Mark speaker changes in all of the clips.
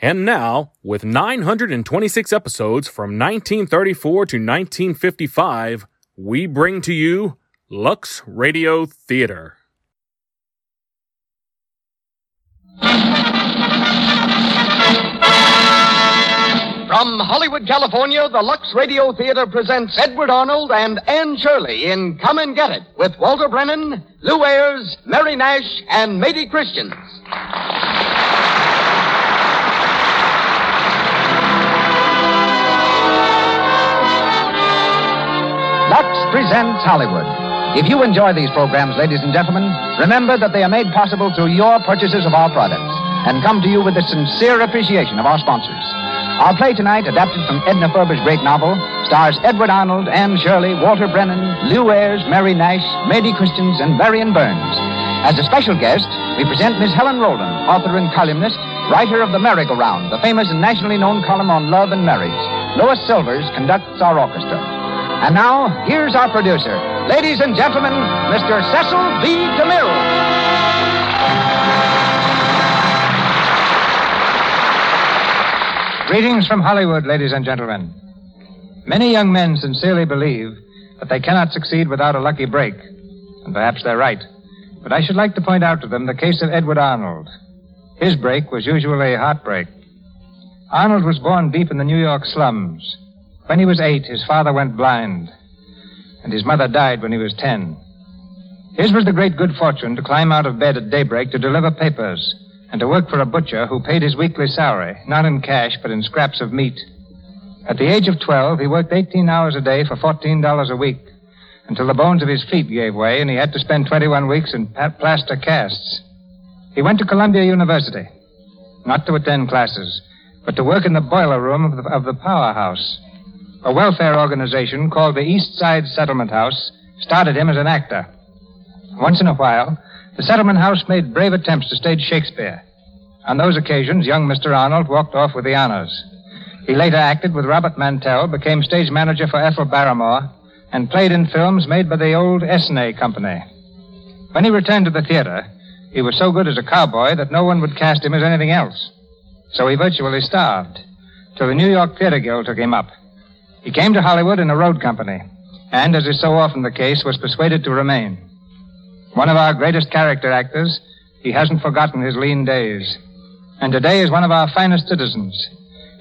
Speaker 1: And now, with 926 episodes from 1934 to 1955, we bring to you Lux Radio Theater.
Speaker 2: From Hollywood, California, the Lux Radio Theater presents Edward Arnold and Anne Shirley in Come and Get It with Walter Brennan, Lou Ayres, Mary Nash, and Matey Christians. Lux presents Hollywood. If you enjoy these programs, ladies and gentlemen, remember that they are made possible through your purchases of our products and come to you with a sincere appreciation of our sponsors. Our play tonight, adapted from Edna Ferber's great novel, stars Edward Arnold, Anne Shirley, Walter Brennan, Lou Ayres, Mary Nash, Mady Christians, and Marion Burns. As a special guest, we present Miss Helen Rowland, author and columnist, writer of The Merry-Go-Round, the famous and nationally known column on love and marriage. Lois Silvers conducts our orchestra. And now, here's our producer. Ladies and gentlemen, Mr. Cecil B. DeMille.
Speaker 3: Greetings from Hollywood, ladies and gentlemen. Many young men sincerely believe that they cannot succeed without a lucky break, and perhaps they're right. But I should like to point out to them the case of Edward Arnold. His break was usually heartbreak. Arnold was born deep in the New York slums. When he was eight, his father went blind, and his mother died when he was ten. His was the great good fortune to climb out of bed at daybreak to deliver papers and to work for a butcher who paid his weekly salary, not in cash, but in scraps of meat. At the age of 12, he worked 18 hours a day for $14 a week until the bones of his feet gave way and he had to spend 21 weeks in pa- plaster casts. He went to Columbia University, not to attend classes, but to work in the boiler room of the, of the powerhouse. A welfare organization called the East Side Settlement House started him as an actor. Once in a while, the settlement house made brave attempts to stage Shakespeare. On those occasions, young Mr. Arnold walked off with the honors. He later acted with Robert Mantell, became stage manager for Ethel Barrymore, and played in films made by the old Esnay Company. When he returned to the theater, he was so good as a cowboy that no one would cast him as anything else. So he virtually starved, till the New York Theater Guild took him up. He came to Hollywood in a road company, and, as is so often the case, was persuaded to remain. One of our greatest character actors, he hasn't forgotten his lean days. And today is one of our finest citizens.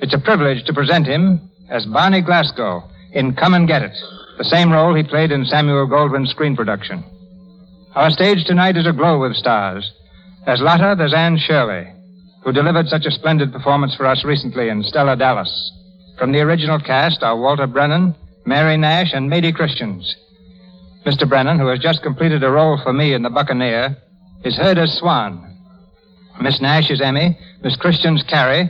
Speaker 3: It's a privilege to present him as Barney Glasgow in Come and Get It, the same role he played in Samuel Goldwyn's screen production. Our stage tonight is aglow with stars. There's Lotta, there's Anne Shirley, who delivered such a splendid performance for us recently in Stella Dallas. From the original cast are Walter Brennan, Mary Nash, and Mady Christians. Mr. Brennan, who has just completed a role for me in The Buccaneer, is heard as Swan. Miss Nash is Emmy, Miss Christians Carrie,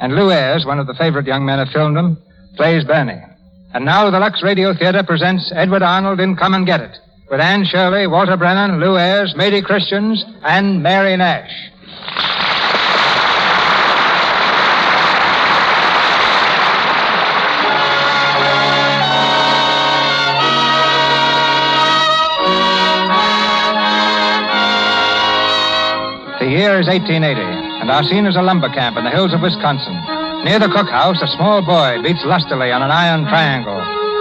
Speaker 3: and Lou Ayres, one of the favorite young men of filmdom, plays Bernie. And now the Lux Radio Theater presents Edward Arnold in Come and Get It, with Anne Shirley, Walter Brennan, Lou Ayres, Mady Christians, and Mary Nash. The year is 1880, and our scene is a lumber camp in the hills of Wisconsin. Near the cookhouse, a small boy beats lustily on an iron triangle,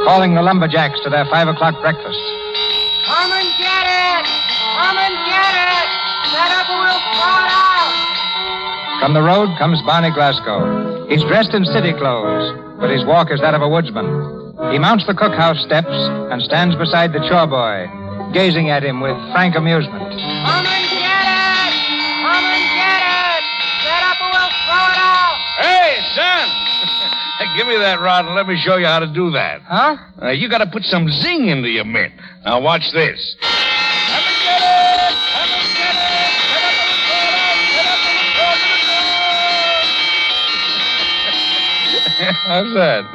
Speaker 3: calling the lumberjacks to their five o'clock breakfast.
Speaker 4: Come and get it! Come and get it! Set up or we'll fall out!
Speaker 3: From the road comes Barney Glasgow. He's dressed in city clothes, but his walk is that of a woodsman. He mounts the cookhouse steps and stands beside the chore boy, gazing at him with frank amusement.
Speaker 4: Come and get it! Come and get it! Set up or we'll throw it out!
Speaker 5: Hey, son! Give me that rod and let me show you how to do that.
Speaker 3: Huh?
Speaker 5: Uh, you gotta put some zing into your mitt. Now watch this. How's that?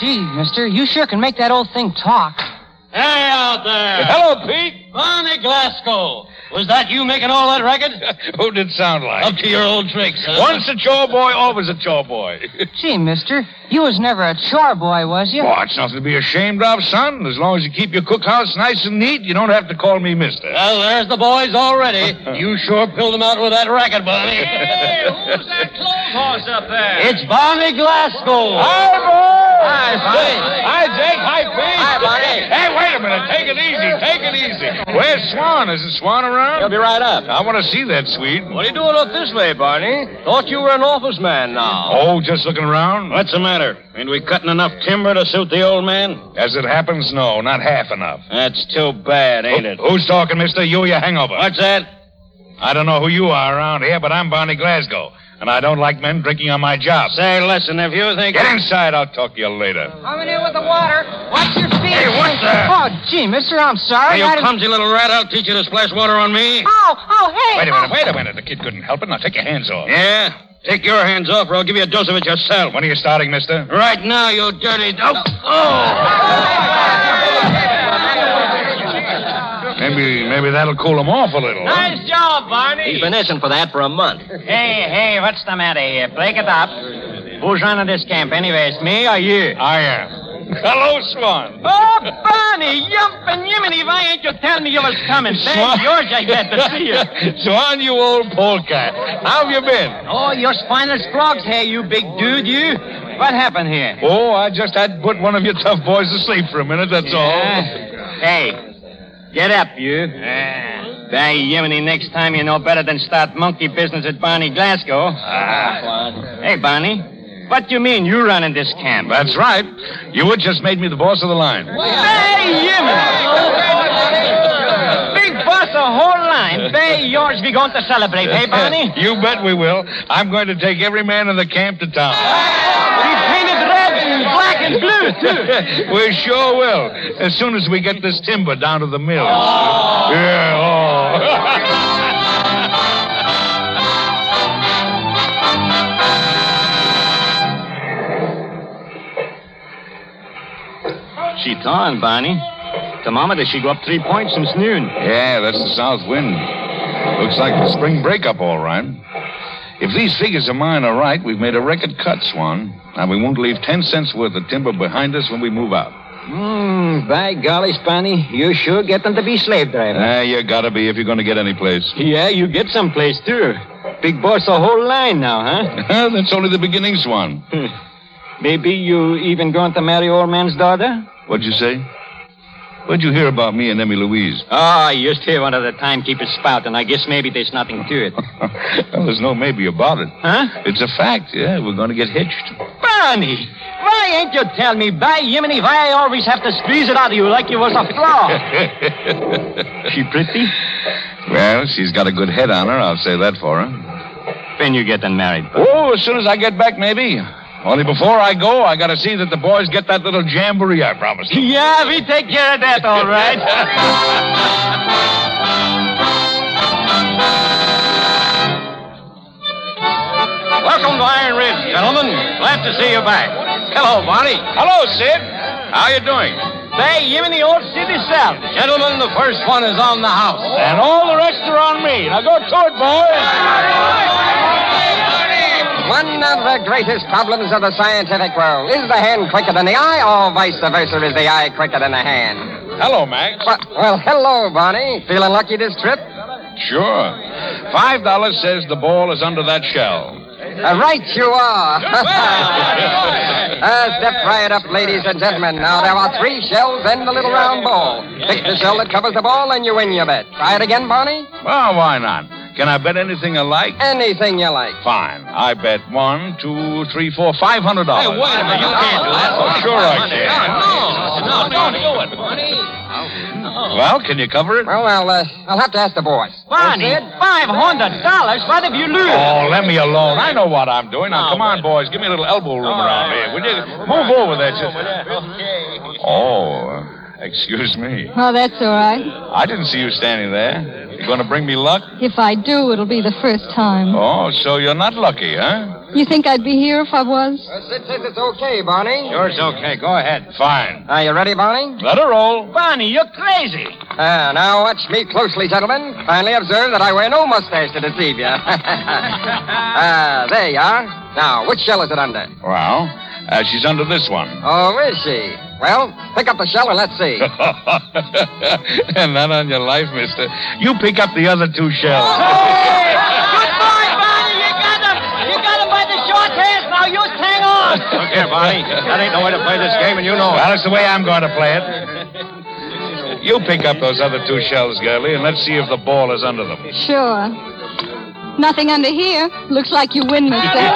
Speaker 3: Gee, mister, you sure can make that old thing talk.
Speaker 6: Hey out there!
Speaker 5: Hello, Pete.
Speaker 6: Barney Glasgow! Was that you making all that racket?
Speaker 5: Who did it sound like?
Speaker 6: Up to your old tricks, huh?
Speaker 5: Once a chore boy, always a chore boy.
Speaker 3: Gee, mister, you was never a chore boy, was you?
Speaker 5: Why, Oh, it's nothing to be ashamed of, son. As long as you keep your cookhouse nice and neat, you don't have to call me mister.
Speaker 6: Well, there's the boys already. You sure pulled them out with that racket, Barney.
Speaker 5: Hey, who's
Speaker 6: that clothes horse up there? It's Barney Glasgow.
Speaker 5: Hi, boy.
Speaker 6: Hi, Barney.
Speaker 5: Hi, Jake. Hi, Pete.
Speaker 6: Hi, Barney.
Speaker 5: Hey, wait a minute. Take it easy. Take it easy. Where's Swan? Isn't Swan around?
Speaker 6: He'll be right up.
Speaker 5: I want to see that Swede.
Speaker 6: What are you doing up this way, Barney? Thought you were an office man now.
Speaker 5: Oh, just looking around?
Speaker 6: What's the matter? Ain't we cutting enough timber to suit the old man?
Speaker 5: As it happens, no, not half enough.
Speaker 6: That's too bad, ain't it?
Speaker 5: Who's talking, mister? You or your hangover?
Speaker 6: What's that?
Speaker 5: I don't know who you are around here, but I'm Barney Glasgow, and I don't like men drinking on my job.
Speaker 6: Say, listen, if you think.
Speaker 5: Get inside. I'll talk to you later.
Speaker 3: I'm in here with the water. Watch your feet.
Speaker 5: Hey, what's that?
Speaker 3: Oh, gee, mister, I'm
Speaker 6: Are
Speaker 3: sorry.
Speaker 6: you
Speaker 3: I didn't-
Speaker 6: clumsy little rat? I'll teach you to splash water on me.
Speaker 3: Oh, oh, hey.
Speaker 5: Wait a
Speaker 3: oh.
Speaker 5: minute. Wait a minute. The kid couldn't help it. Now take your hands off.
Speaker 6: Yeah? Take your hands off, or I'll give you a dose of it yourself.
Speaker 5: When are you starting, mister?
Speaker 6: Right now, you dirty. Oh! oh.
Speaker 5: Maybe, maybe that'll cool him off a little.
Speaker 7: Nice job, Barney.
Speaker 6: He's been itching for that for a month.
Speaker 7: Hey, hey, what's the matter here? Break it up. Who's running this camp, anyways? Me or you?
Speaker 5: I am. Hello, Swan.
Speaker 7: Oh, Barney, yumpin' yiminy, if I ain't you tell me you was coming. Thank George I get to see you.
Speaker 5: Swan, you old polecat. How have you been?
Speaker 7: Oh, you're spineless frogs here, you big dude, you. What happened here?
Speaker 5: Oh, I just had to put one of your tough boys to sleep for a minute, that's all.
Speaker 7: Yeah? hey, get up, you. By Yemeni, next time you know better than start monkey business at Barney Glasgow.
Speaker 5: Ah.
Speaker 7: Hey, Barney, what do you mean you running this camp?
Speaker 5: That's right. You would just made me the boss of the line.
Speaker 7: Bay Yemen. Big boss, a whole line. Bay yours, we going to celebrate, hey, Barney?
Speaker 5: you bet we will. I'm going to take every man in the camp to town.
Speaker 7: We painted red and black and blue, too.
Speaker 5: we sure will. As soon as we get this timber down to the mill.
Speaker 7: Oh.
Speaker 5: Yeah, oh.
Speaker 7: She's on, Barney. Thermometer, she go up three points since noon.
Speaker 5: yeah, that's the south wind. Looks like the spring breakup, all right. If these figures of mine are right, we've made a record cut, Swan. And we won't leave 10 cents worth of timber behind us when we move out.
Speaker 7: Mmm, by golly, Barney, you sure get them to be slave drivers.
Speaker 5: Ah, you gotta be if you're gonna get any place.
Speaker 7: Yeah, you get someplace, too. Big boss, a whole line now, huh?
Speaker 5: That's only the beginning, Swan.
Speaker 7: Maybe you even going to marry old man's daughter?
Speaker 5: What'd you say? What'd you hear about me and Emmy Louise?
Speaker 7: Ah, I used to hear one of the timekeepers spout, and I guess maybe there's nothing to it.
Speaker 5: well, there's no maybe about it.
Speaker 7: Huh?
Speaker 5: It's a fact, yeah. We're going to get hitched.
Speaker 7: Barney, why ain't you tell me, by Yiminy, why I always have to squeeze it out of you like you was a flower? she pretty?
Speaker 5: Well, she's got a good head on her. I'll say that for her.
Speaker 7: When you getting married,
Speaker 5: Oh, as soon as I get back, maybe. Only before I go, I got to see that the boys get that little jamboree I promised. them.
Speaker 7: Yeah, we take care of that, all right.
Speaker 6: Welcome to Iron Ridge, gentlemen. Glad to see you back. Hello, Barney.
Speaker 5: Hello, Sid. How you doing?
Speaker 7: Hey, Yiminy, old city south.
Speaker 6: Gentlemen, the first one is on the house.
Speaker 5: And all the rest are on me. Now go to it, boys.
Speaker 8: One of the greatest problems of the scientific world is the hand quicker than the eye, or vice versa, is the eye quicker than the hand?
Speaker 5: Hello, Max.
Speaker 8: Well, well hello, Barney. Feeling lucky this trip?
Speaker 5: Sure. Five dollars says the ball is under that shell.
Speaker 8: Uh, right you are. uh, step right up, ladies and gentlemen. Now, there are three shells and the little round ball. Pick the shell that covers the ball, and you win your bet. Try it again, Barney.
Speaker 5: Well, why not? Can I bet anything alike?
Speaker 8: Anything you like.
Speaker 5: Fine. I bet one, two, three, four, five hundred dollars.
Speaker 6: Hey, wait a minute. You can't do that.
Speaker 5: Oh, sure I can.
Speaker 6: No, no, don't do it, Barney.
Speaker 5: Well, can you cover it?
Speaker 8: Well, I'll, uh, I'll have to ask the boys.
Speaker 7: Barney, five hundred dollars. What if you lose?
Speaker 5: Oh, let me alone. I know what I'm doing.
Speaker 8: Oh,
Speaker 5: Now, come on, boys. Give me a little elbow room around here. Will you move over there? Just... Oh, uh, excuse me.
Speaker 9: Oh, that's all right.
Speaker 5: I didn't see you standing there. You going to bring me luck?
Speaker 9: If I do, it'll be the first time.
Speaker 5: Oh, so you're not lucky, huh?
Speaker 9: You think I'd be here if I was?
Speaker 8: Sid says it's okay, Barney.
Speaker 7: Yours okay. Go ahead.
Speaker 5: Fine.
Speaker 8: Are you ready, Barney?
Speaker 5: Let her roll.
Speaker 7: Barney, you're crazy.
Speaker 8: Ah, now watch me closely, gentlemen. Finally observe that I wear no mustache to deceive you. ah, there you are. Now, which shell is it under?
Speaker 5: Well, uh, she's under this one.
Speaker 8: Oh, is she? Well, pick up the shell and let's see.
Speaker 5: and not on your life, mister. You pick up the other two shells.
Speaker 4: Goodbye, Barney. You got him. You got him by the short hairs. Now you hang on.
Speaker 7: Look here, Barney. That ain't no way to play this game, and you know
Speaker 5: Well,
Speaker 7: it.
Speaker 5: that's the way I'm going to play it. You pick up those other two shells, girlie, and let's see if the ball is under them.
Speaker 9: Sure. Nothing under here. Looks like you win, mister.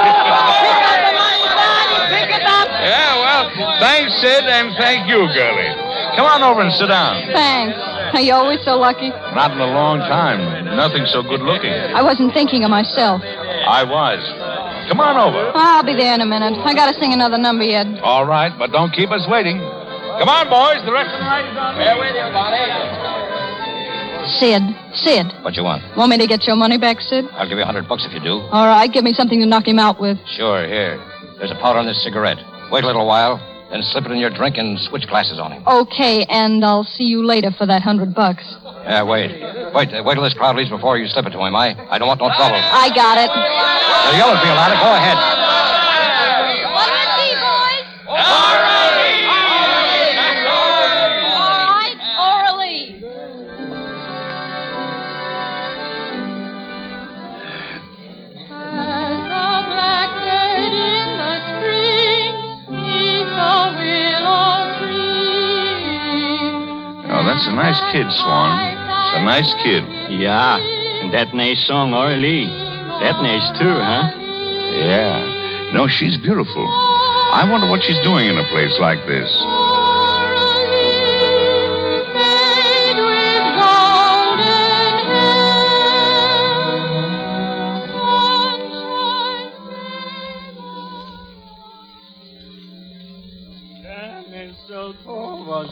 Speaker 4: Pick it up.
Speaker 5: Yeah, well, thanks, Sid, and thank you, girlie. Come on over and sit down.
Speaker 9: Thanks. Are you always so lucky?
Speaker 5: Not in a long time. Nothing so good looking.
Speaker 9: I wasn't thinking of myself.
Speaker 5: I was. Come on over.
Speaker 9: I'll be there in a minute. I gotta sing another number yet.
Speaker 5: All right, but don't keep us waiting. Come on, boys. The rest of the night is on me.
Speaker 9: Sid. Sid.
Speaker 6: What you want?
Speaker 9: Want me to get your money back, Sid?
Speaker 6: I'll give you a hundred bucks if you do.
Speaker 9: All right, give me something to knock him out with.
Speaker 6: Sure, here. There's a powder on this cigarette. Wait a little while, then slip it in your drink and switch glasses on him.
Speaker 9: Okay, and I'll see you later for that hundred bucks.
Speaker 6: Yeah, wait. Wait, uh, wait till this crowd leaves before you slip it to him, I. I don't want no trouble.
Speaker 9: I got it.
Speaker 6: The yellow field, Ada, go ahead.
Speaker 5: Oh, that's a nice kid, Swan. It's a nice kid.
Speaker 7: Yeah. And that nice song, Orly. That nice, too, huh?
Speaker 5: Yeah. No, she's beautiful. I wonder what she's doing in a place like this. Oh,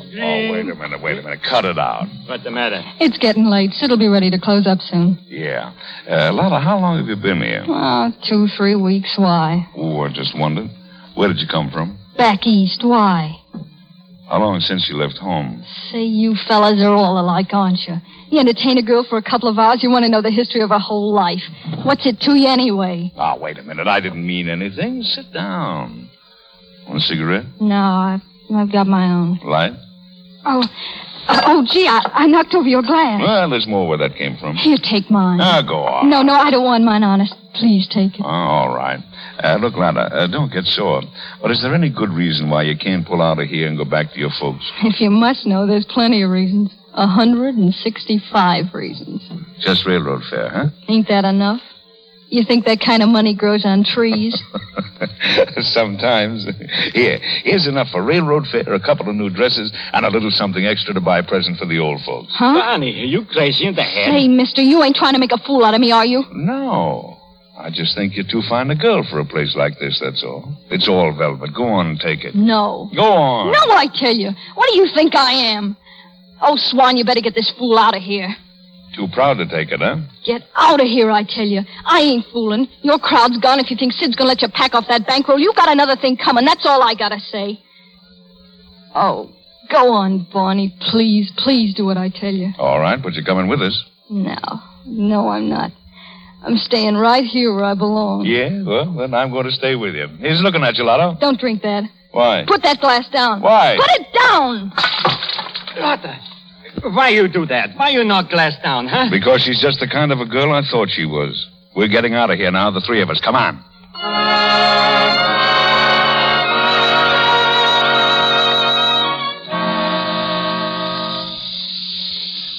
Speaker 5: wait a minute, wait a minute. Cut it out.
Speaker 7: What's the matter?
Speaker 9: It's getting late. Sid'll be ready to close up soon.
Speaker 5: Yeah. Uh, Lotta, how long have you been here?
Speaker 9: Oh, two, three weeks. Why?
Speaker 5: Oh, I just wondered. Where did you come from?
Speaker 9: Back east. Why?
Speaker 5: How long since you left home?
Speaker 9: Say, you fellas are all alike, aren't you? You entertain a girl for a couple of hours, you want to know the history of her whole life. What's it to you anyway?
Speaker 5: Ah, wait a minute. I didn't mean anything. Sit down. Want a cigarette?
Speaker 9: No, I've, I've got my own.
Speaker 5: Light?
Speaker 9: Oh, oh, oh, gee, I, I knocked over your glass.
Speaker 5: Well, there's more where that came from.
Speaker 9: Here, take mine.
Speaker 5: Ah, go on.
Speaker 9: No, no, I don't want mine, honest. Please take it.
Speaker 5: Oh, all right. Uh, look, Lotta, uh, don't get sore. But is there any good reason why you can't pull out of here and go back to your folks?
Speaker 9: If you must know, there's plenty of reasons. A 165 reasons.
Speaker 5: Just railroad fare, huh?
Speaker 9: Ain't that enough? You think that kind of money grows on trees?
Speaker 5: Sometimes. Here, here's enough for railroad fare, a couple of new dresses, and a little something extra to buy a present for the old folks.
Speaker 9: Huh?
Speaker 7: Barney, are you crazy in the head?
Speaker 9: Hey, mister, you ain't trying to make a fool out of me, are you?
Speaker 5: No. I just think you're too fine a girl for a place like this, that's all. It's all velvet. Go on and take it.
Speaker 9: No.
Speaker 5: Go on.
Speaker 9: No, I tell you. What do you think I am? Oh, Swan, you better get this fool out of here.
Speaker 5: Too proud to take it, huh?
Speaker 9: Get out of here, I tell you. I ain't fooling. Your crowd's gone. If you think Sid's gonna let you pack off that bankroll, you got another thing coming. That's all I gotta say. Oh, go on, Barney. Please, please do what I tell you.
Speaker 5: All right, but you're coming with us.
Speaker 9: No, no, I'm not. I'm staying right here where I belong.
Speaker 5: Yeah, well, then I'm going to stay with you. He's looking at you, Lotto.
Speaker 9: Don't drink that.
Speaker 5: Why?
Speaker 9: Put that glass down.
Speaker 5: Why?
Speaker 9: Put it down.
Speaker 7: Why you do that? Why you knock glass down, huh?
Speaker 5: Because she's just the kind of a girl I thought she was. We're getting out of here now, the three of us. Come on.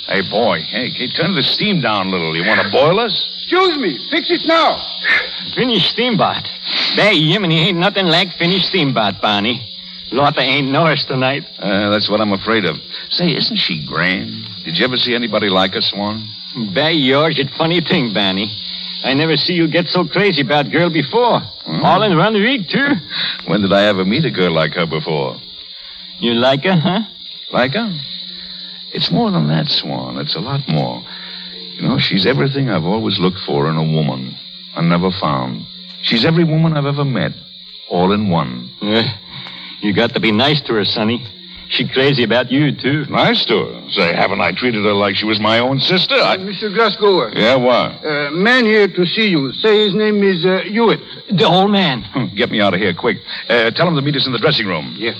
Speaker 5: Hey, boy. Hey, can you turn the steam down a little? You want to boil us?
Speaker 3: Excuse me. Fix it now.
Speaker 7: Finnish steamboat. They Yemeni ain't nothing like Finnish steamboat, Barney. Lotta ain't us tonight.
Speaker 5: Uh, that's what I'm afraid of. Say, isn't she grand? Did you ever see anybody like her, Swan?
Speaker 7: By yours, it's funny thing, Barney. I never see you get so crazy about girl before. All in one week, too.
Speaker 5: Hmm? When did I ever meet a girl like her before?
Speaker 7: You like her, huh?
Speaker 5: Like her? It's more than that, Swan. It's a lot more. You know, she's everything I've always looked for in a woman. I never found. She's every woman I've ever met, all in one.
Speaker 7: Uh, You got to be nice to her, Sonny. She crazy about you, too.
Speaker 5: Nice to her. Say, haven't I treated her like she was my own sister? I...
Speaker 6: Mr. Glasgow.
Speaker 5: Yeah, what?
Speaker 6: Uh, man here to see you. Say his name is uh, Hewitt. The old man.
Speaker 5: Hmm, Get me out of here quick. Uh, tell him to meet us in the dressing room.
Speaker 6: Yeah.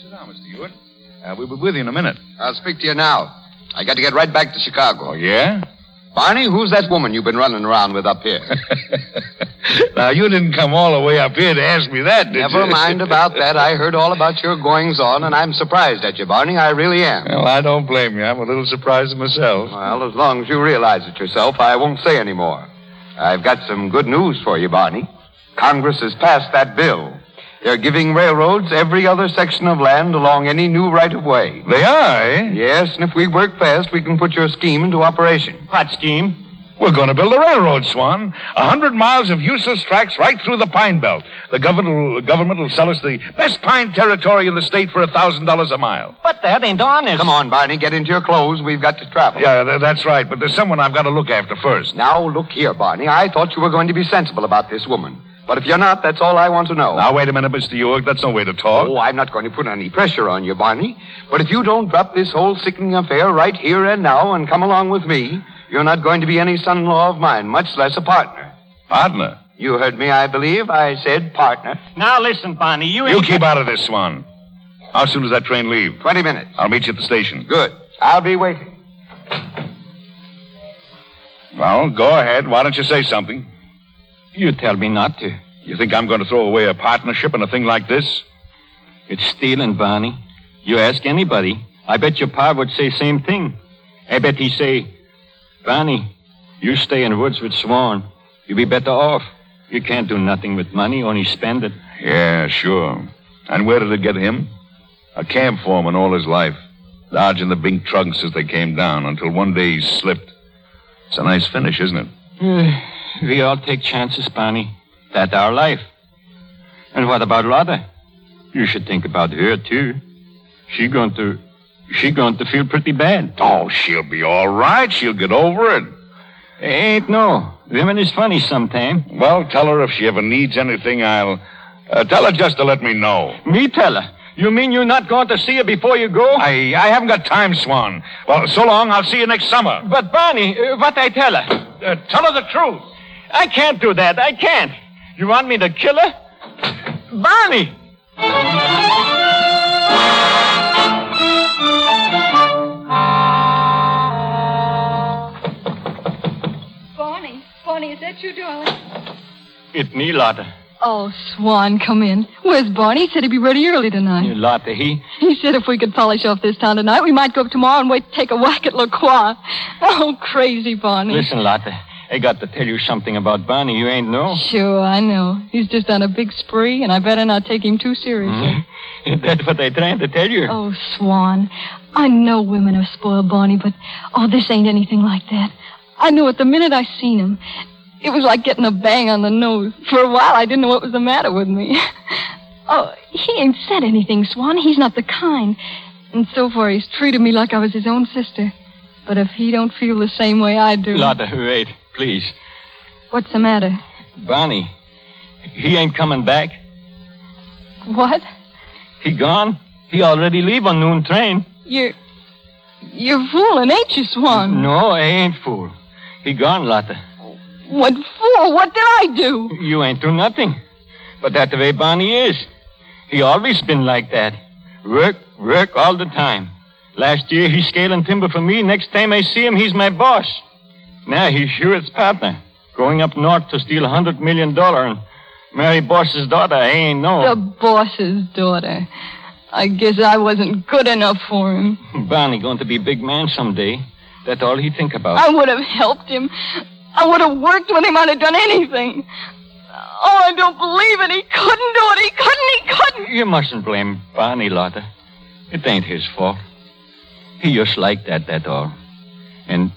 Speaker 5: Sit down, Mr. Hewitt. Uh, we'll be with you in a minute.
Speaker 10: I'll speak to you now. I got to get right back to Chicago. Oh,
Speaker 5: yeah?
Speaker 10: Barney, who's that woman you've been running around with up here?
Speaker 5: Now, you didn't come all the way up here to ask me that, did you?
Speaker 10: Never mind about that. I heard all about your goings on, and I'm surprised at you, Barney. I really am.
Speaker 5: Well, I don't blame you. I'm a little surprised myself.
Speaker 10: Well, as long as you realize it yourself, I won't say any more. I've got some good news for you, Barney. Congress has passed that bill. They're giving railroads every other section of land along any new right of way.
Speaker 5: They are, eh?
Speaker 10: Yes, and if we work fast, we can put your scheme into operation.
Speaker 7: What scheme?
Speaker 5: We're going to build a railroad, Swan. A hundred miles of useless tracks right through the Pine Belt. The government will, government will sell us the best pine territory in the state for a thousand dollars a mile.
Speaker 10: But that ain't honest. Come on, Barney, get into your clothes. We've got to travel.
Speaker 5: Yeah, th- that's right. But there's someone I've got to look after first.
Speaker 10: Now, look here, Barney. I thought you were going to be sensible about this woman. But if you're not, that's all I want to know.
Speaker 5: Now wait a minute, Mr. York. That's no way to talk.
Speaker 10: Oh, I'm not going to put any pressure on you, Barney. But if you don't drop this whole sickening affair right here and now and come along with me, you're not going to be any son in law of mine, much less a partner.
Speaker 5: Partner?
Speaker 10: You heard me, I believe. I said partner.
Speaker 7: Now listen, Barney, you
Speaker 5: You keep out of this, Swan. How soon does that train leave?
Speaker 10: Twenty minutes.
Speaker 5: I'll meet you at the station.
Speaker 10: Good. I'll be waiting.
Speaker 5: Well, go ahead. Why don't you say something?
Speaker 7: You tell me not to.
Speaker 5: You think I'm going to throw away a partnership in a thing like this?
Speaker 7: It's stealing, Barney. You ask anybody. I bet your pa would say same thing. I bet he say, Barney, you stay in woods with Swan. You'll be better off. You can't do nothing with money, only spend it.
Speaker 5: Yeah, sure. And where did it get him? A camp foreman all his life, dodging the big trucks as they came down until one day he slipped. It's a nice finish, isn't it?
Speaker 7: Eh, we all take chances, Barney. That's our life. And what about Lotta? You should think about her, too. She going to... She going to feel pretty bad.
Speaker 5: Oh, she'll be all right. She'll get over it.
Speaker 7: Ain't no. Women is funny sometime.
Speaker 5: Well, tell her if she ever needs anything, I'll. Uh, tell her just to let me know.
Speaker 7: Me tell her. You mean you're not going to see her before you go?
Speaker 5: I, I haven't got time, Swan. Well, so long. I'll see you next summer.
Speaker 7: But, Barney, uh, what I tell her?
Speaker 5: Uh, tell her the truth.
Speaker 7: I can't do that. I can't. You want me to kill her? Barney!
Speaker 9: Barney, Barney, is that you, darling?
Speaker 7: It's me, Lotta.
Speaker 9: Oh, Swan, come in. Where's Barney? He said he'd be ready early tonight.
Speaker 7: You Lotta, he?
Speaker 9: He said if we could polish off this town tonight, we might go up tomorrow and wait take a whack at La Croix. Oh, crazy, Barney.
Speaker 7: Listen, Lotta, I got to tell you something about Barney you ain't know.
Speaker 9: Sure, I know. He's just on a big spree, and I better not take him too
Speaker 7: Mm-hmm.
Speaker 9: seriously.
Speaker 7: Hmm? That's what I trying to tell you.
Speaker 9: Oh, Swan, I know women are spoiled, Barney, but oh, this ain't anything like that. I knew it the minute I seen him. It was like getting a bang on the nose. For a while, I didn't know what was the matter with me. oh, he ain't said anything, Swan. He's not the kind. And so far, he's treated me like I was his own sister. But if he don't feel the same way I do,
Speaker 7: Lotta, wait, please.
Speaker 9: what's the matter?
Speaker 7: Barney, he ain't coming back.
Speaker 9: What?
Speaker 7: He gone. He already leave on noon train.
Speaker 9: You're you're fooling, ain't you, Swan?
Speaker 7: No, I ain't fool. He gone, Lotta.
Speaker 9: What for? What did I do?
Speaker 7: You ain't do nothing. But that the way Barney is. He always been like that. Work, work all the time. Last year he scaling timber for me. Next time I see him, he's my boss. Now he's Hewitt's partner. Going up north to steal a hundred million dollar and marry boss's daughter. I ain't
Speaker 9: The
Speaker 7: know.
Speaker 9: boss's daughter. I guess I wasn't good enough for him.
Speaker 7: Barney going to be big man someday. That's all he think about.
Speaker 9: I would have helped him. I would have worked with him. I'd have done anything. Oh, I don't believe it. He couldn't do it. He couldn't. He couldn't.
Speaker 7: You mustn't blame Barney, Lotta. It ain't his fault. He just like that, that all. And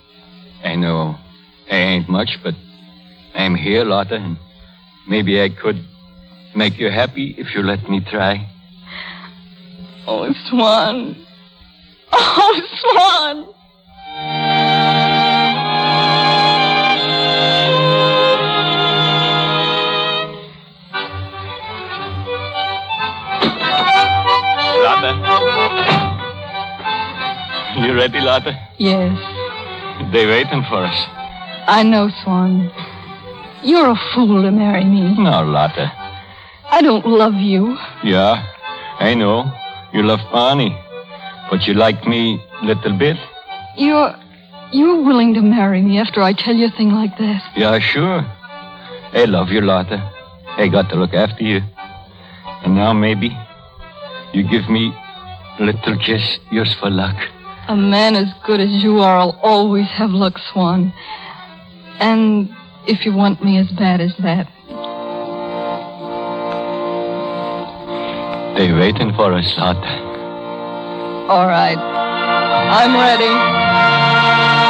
Speaker 7: I know I ain't much, but I'm here, Lotta, and maybe I could make you happy if you let me try.
Speaker 9: Oh, Swan. Oh, Swan.
Speaker 7: Lotta. You ready, Lotta?
Speaker 9: Yes,
Speaker 7: They waiting for us.
Speaker 9: I know, Swan. You're a fool to marry me.
Speaker 7: No, Oh, Lotta.
Speaker 9: I don't love you.
Speaker 7: Yeah, I know. You love Barney. But you like me little bit?
Speaker 9: You're you're willing to marry me after I tell you a thing like that.
Speaker 7: Yeah, sure. I love you, Lotta. I got to look after you. And now maybe you give me little kiss just for luck.
Speaker 9: A man as good as you are'll always have luck, Swan. And if you want me as bad as that,
Speaker 7: They waiting for us, Lotta.
Speaker 9: all right. I'm ready.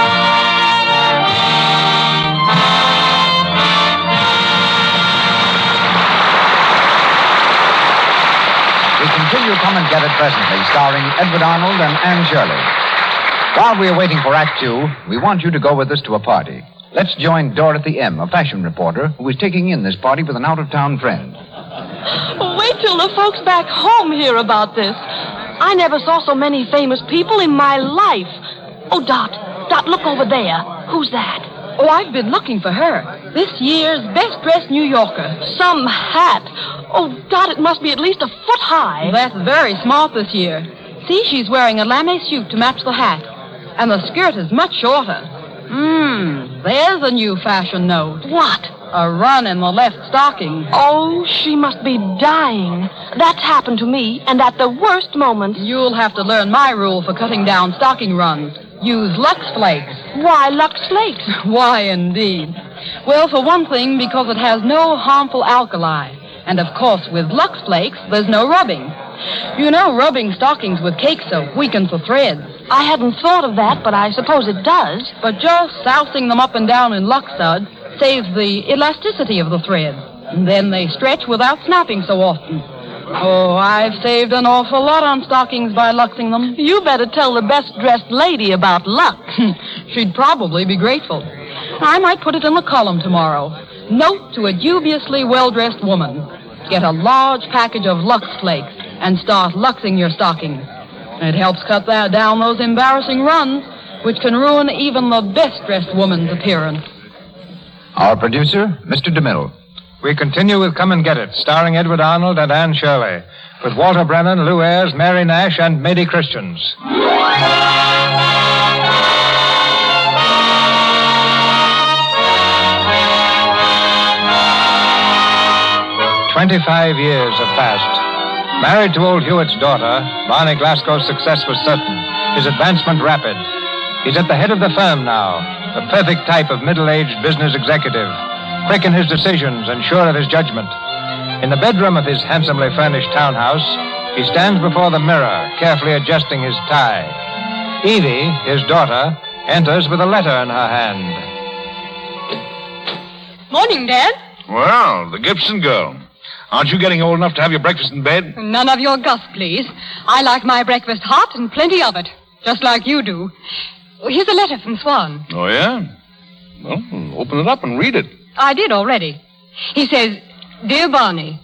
Speaker 2: We continue Come and Get It presently, starring Edward Arnold and Anne Shirley. While we are waiting for Act Two, we want you to go with us to a party. Let's join Dorothy M., a fashion reporter, who is taking in this party with an out of town friend.
Speaker 11: Wait till the folks back home hear about this. I never saw so many famous people in my life. Oh, Dot, Dot, look over there. Who's that? Oh, I've been looking for her. This year's best dressed New Yorker. Some hat. Oh, Dot, it must be at least a foot high. That's very smart this year. See, she's wearing a lame suit to match the hat. And the skirt is much shorter. Mmm, there's a new fashion note. What? A run in the left stocking. Oh, she must be dying. That's happened to me, and at the worst moment. You'll have to learn my rule for cutting down stocking runs. Use Lux Flakes. Why Lux Flakes? Why, indeed. Well, for one thing, because it has no harmful alkali. And of course, with Lux Flakes, there's no rubbing. You know, rubbing stockings with cake soap weakens the threads. I hadn't thought of that, but I suppose it does. But just sousing them up and down in Luxud saves the elasticity of the threads. And then they stretch without snapping so often. Oh, I've saved an awful lot on stockings by luxing them. You better tell the best dressed lady about Lux. She'd probably be grateful. I might put it in the column tomorrow. Note to a dubiously well dressed woman. Get a large package of Lux Flakes and start luxing your stockings. It helps cut tha- down those embarrassing runs, which can ruin even the best dressed woman's appearance.
Speaker 2: Our producer, Mr. DeMille.
Speaker 3: We continue with Come and Get It, starring Edward Arnold and Anne Shirley, with Walter Brennan, Lou Ayres, Mary Nash, and Mady Christians. Twenty-five years have passed. Married to old Hewitt's daughter, Barney Glasgow's success was certain, his advancement rapid. He's at the head of the firm now, the perfect type of middle-aged business executive quick in his decisions and sure of his judgment. In the bedroom of his handsomely furnished townhouse, he stands before the mirror, carefully adjusting his tie. Evie, his daughter, enters with a letter in her hand.
Speaker 11: Morning, Dad.
Speaker 5: Well, the Gibson girl. Aren't you getting old enough to have your breakfast in bed?
Speaker 11: None of your guff, please. I like my breakfast hot and plenty of it, just like you do. Here's a letter from Swan.
Speaker 5: Oh, yeah? Well, open it up and read it.
Speaker 11: I did already. He says, Dear Barney,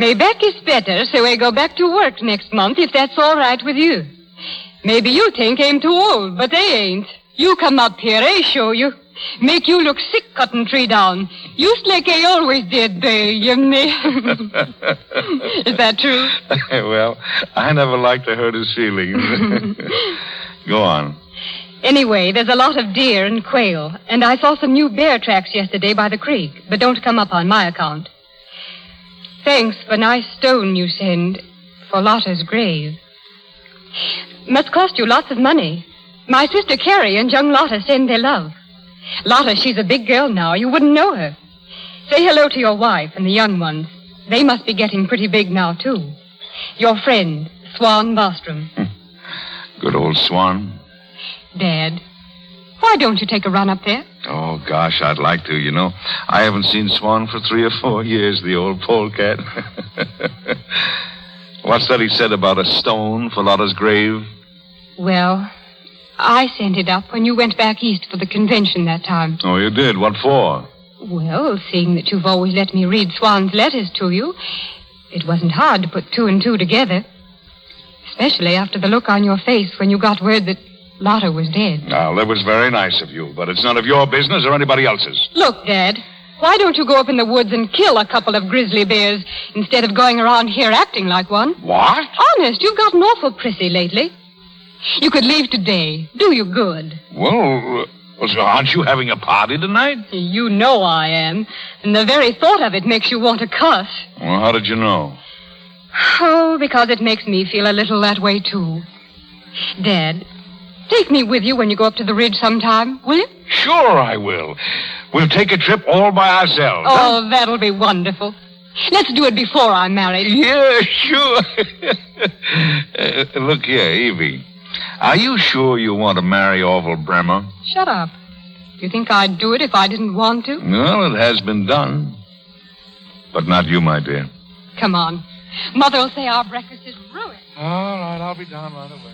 Speaker 11: my back is better, so I go back to work next month if that's all right with you. Maybe you think I'm too old, but I ain't. You come up here, I show you. Make you look sick cutting tree down. Just like I always did, they, you me. is that true?
Speaker 5: well, I never like to hurt his feelings. Go on.
Speaker 11: Anyway, there's a lot of deer and quail, and I saw some new bear tracks yesterday by the creek, but don't come up on my account. Thanks for nice stone you send for Lotta's grave. Must cost you lots of money. My sister Carrie and young Lotta send their love. Lotta, she's a big girl now. You wouldn't know her. Say hello to your wife and the young ones. They must be getting pretty big now, too. Your friend, Swan Bostrom.
Speaker 5: Good old swan.
Speaker 11: Dad, why don't you take a run up there?
Speaker 5: Oh, gosh, I'd like to, you know. I haven't seen Swan for three or four years, the old polecat. What's that he said about a stone for Lotta's grave?
Speaker 11: Well, I sent it up when you went back east for the convention that time.
Speaker 5: Oh, you did? What for?
Speaker 11: Well, seeing that you've always let me read Swan's letters to you, it wasn't hard to put two and two together.
Speaker 12: especially after the look on your face when you got word that Lotta was dead.
Speaker 5: Now, that was very nice of you, but it's none of your business or anybody else's.
Speaker 12: Look, Dad, why don't you go up in the woods and kill a couple of grizzly bears instead of going around here acting like one?
Speaker 5: What?
Speaker 12: Honest, you've gotten awful prissy lately. You could leave today. Do you good.
Speaker 5: Well, uh, so aren't you having a party tonight?
Speaker 12: You know I am. And the very thought of it makes you want to cuss.
Speaker 5: Well, how did you know?
Speaker 12: Oh, because it makes me feel a little that way, too. Dad, take me with you when you go up to the ridge sometime, will you?
Speaker 5: Sure, I will. We'll take a trip all by ourselves.
Speaker 12: Oh, that'll be wonderful. Let's do it before I'm married.
Speaker 5: Yeah, sure. Uh, look here, Evie. Are you sure you want to marry Orville Bremer?
Speaker 12: Shut up. You think I'd do it if I didn't want to?
Speaker 5: Well, it has been done. But not you, my dear.
Speaker 12: Come on. Mother'll say our breakfast is ruined.
Speaker 5: All right, Oh, I'll be down right away.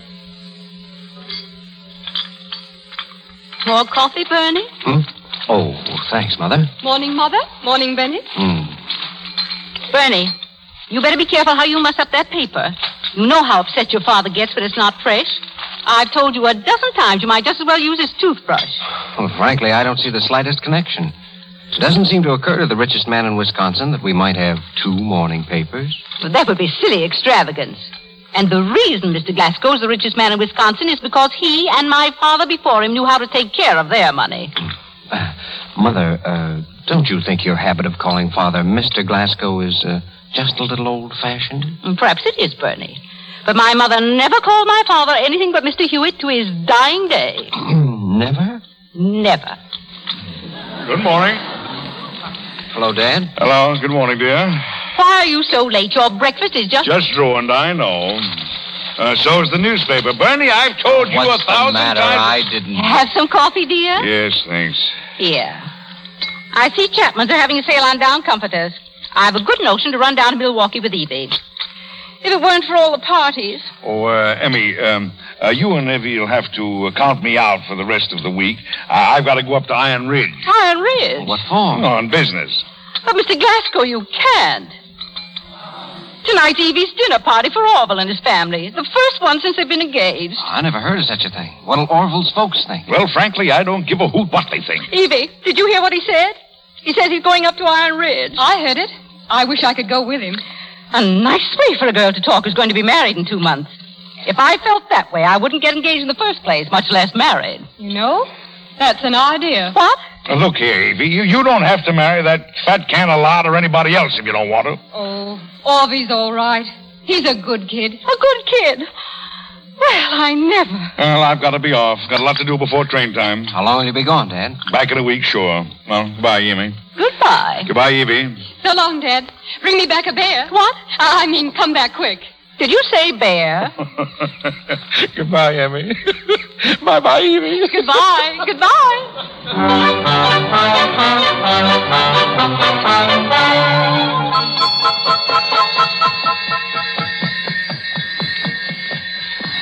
Speaker 11: More coffee, Bernie?
Speaker 13: Oh, thanks, Mother.
Speaker 11: Morning, Mother. Morning, Benny.
Speaker 13: Hmm.
Speaker 14: Bernie, you better be careful how you muss up that paper. You know how upset your father gets when it's not fresh. I've told you a dozen times you might just as well use his toothbrush.
Speaker 13: Well, frankly, I don't see the slightest connection. It doesn't seem to occur to the richest man in Wisconsin that we might have two morning papers.
Speaker 14: But that would be silly extravagance. And the reason Mr. Glasgow's the richest man in Wisconsin is because he and my father before him knew how to take care of their money.
Speaker 13: Mother, uh, don't you think your habit of calling Father Mr. Glasgow is uh, just a little old fashioned?
Speaker 14: And Perhaps it is Bernie. But my mother never called my father anything but Mr. Hewitt to his dying day.
Speaker 13: Never?
Speaker 14: Never.
Speaker 5: Good morning.
Speaker 13: Hello, Dad.
Speaker 5: Hello. Good morning, dear.
Speaker 14: Why are you so late? Your breakfast is just.
Speaker 5: Just ruined, I know. Uh, so is the newspaper. Bernie, I've told you
Speaker 13: What's
Speaker 5: a thousand
Speaker 13: the matter?
Speaker 5: times.
Speaker 13: I didn't.
Speaker 14: Have some coffee, dear?
Speaker 5: Yes, thanks.
Speaker 14: Here. I see Chapman's are having a sale on down comforters. I've a good notion to run down to Milwaukee with Evie. If it weren't for all the parties.
Speaker 5: Oh, uh, Emmy, um, uh, you and Evie will have to uh, count me out for the rest of the week. I- I've got to go up to Iron Ridge.
Speaker 14: Iron Ridge.
Speaker 5: What for? On business.
Speaker 14: But, Mr. Glasgow, you can't. Tonight's Evie's dinner party for Orville and his family. The first one since they've been engaged.
Speaker 13: I never heard of such a thing. What'll Orville's folks think?
Speaker 5: Well, frankly, I don't give a hoot what they think.
Speaker 14: Evie, did you hear what he said? He says he's going up to Iron Ridge. I heard it. I wish I could go with him. A nice way for a girl to talk who's going to be married in two months. If I felt that way, I wouldn't get engaged in the first place, much less married.
Speaker 12: You know? That's an idea.
Speaker 14: What?
Speaker 5: Uh, look here, Evie, you, you don't have to marry that fat can of lard or anybody else if you don't want to.
Speaker 12: Oh, Orvy's all right. He's a good kid. A
Speaker 14: good kid? Well, I never.
Speaker 5: Well, I've got to be off. Got a lot to do before train time. How
Speaker 13: long will you be gone, Dad?
Speaker 5: Back in a week, sure. Well, goodbye, Emmy.
Speaker 14: Goodbye.
Speaker 5: Goodbye, Evie.
Speaker 12: So long, Dad. Bring me back a bear.
Speaker 14: What?
Speaker 12: I mean, come back quick.
Speaker 14: Did you say bear?
Speaker 5: Goodbye, Emmy. bye bye, Evie.
Speaker 14: Goodbye. Goodbye.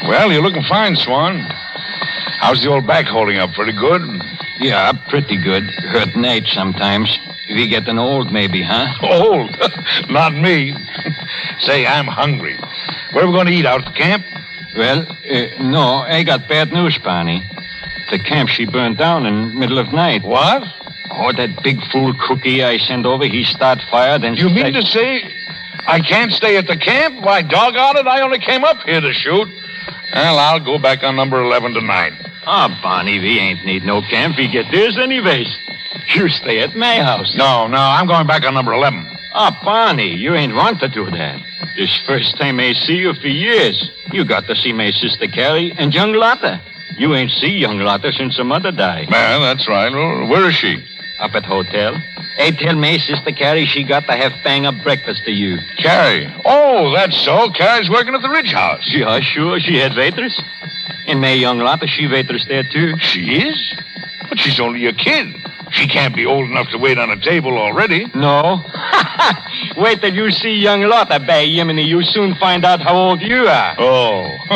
Speaker 5: Well, you're looking fine, Swan. How's the old back holding up? Pretty good?
Speaker 7: Yeah, pretty good. Hurting Nate sometimes. We getting old, maybe, huh?
Speaker 5: Old? Not me. Say, I'm hungry. What are we going to eat out at camp?
Speaker 7: Well, uh, no, I got bad news, Barney. The camp she burned down in middle of night.
Speaker 5: What?
Speaker 7: Oh, that big fool cookie I sent over, he start fire, then...
Speaker 5: You mean to say I can't stay at the camp? Why, doggone it, I only came up here to shoot. Well, I'll go back on number 11 tonight.
Speaker 7: Ah, Barney, we ain't need no camp. We get this anyways. You stay at my house.
Speaker 5: No, no, I'm going back on number 11.
Speaker 7: Ah, Barney, you ain't want to do that. This first time I see you for years. You got to see my sister Carrie and young Lotta. You ain't see young Lotta since her mother died.
Speaker 5: Well, that's right. Well, where is she?
Speaker 7: Up at hotel. Hey, tell my sister Carrie she got to have bang up breakfast to you.
Speaker 5: Carrie. Oh, that's so. Carrie's working at the Ridge House.
Speaker 7: Yeah, sure. She had waitress. And May Young Lotta, she waitress there, too.
Speaker 5: She is? But she's only a kid. She can't be old enough to wait on a table already.
Speaker 7: No. Wait till you see young Lotta, Bay Yemini. You soon find out how old you are.
Speaker 5: Oh.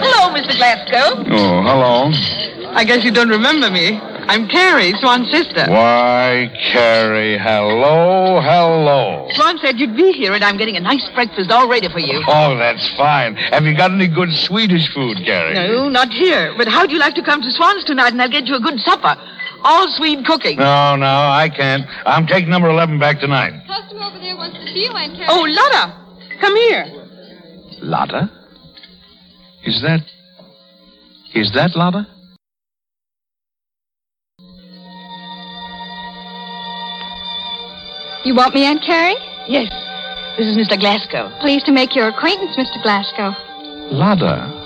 Speaker 15: Hello, Mr. Glasgow.
Speaker 5: Oh, hello.
Speaker 15: I guess you don't remember me.
Speaker 11: I'm Carrie, Swan's sister.
Speaker 5: Why, Carrie, hello, hello.
Speaker 11: Swan said you'd be here, and I'm getting a nice breakfast all ready for you.
Speaker 5: Oh, that's fine. Have you got any good Swedish food, Carrie?
Speaker 11: No, not here. But how'd you like to come to Swan's tonight, and I'll get you a good supper? All Swede cooking.
Speaker 5: No, no, I can't. I'm taking number 11 back tonight.
Speaker 11: customer over there wants to see you, Aunt Carrie. Oh, Lotta, come here.
Speaker 16: Lotta? Is that. Is that Lotta?
Speaker 9: You want me, Aunt Carrie?
Speaker 11: Yes. This is Mr. Glasgow.
Speaker 9: Pleased to make your acquaintance, Mr. Glasgow.
Speaker 16: Lotta?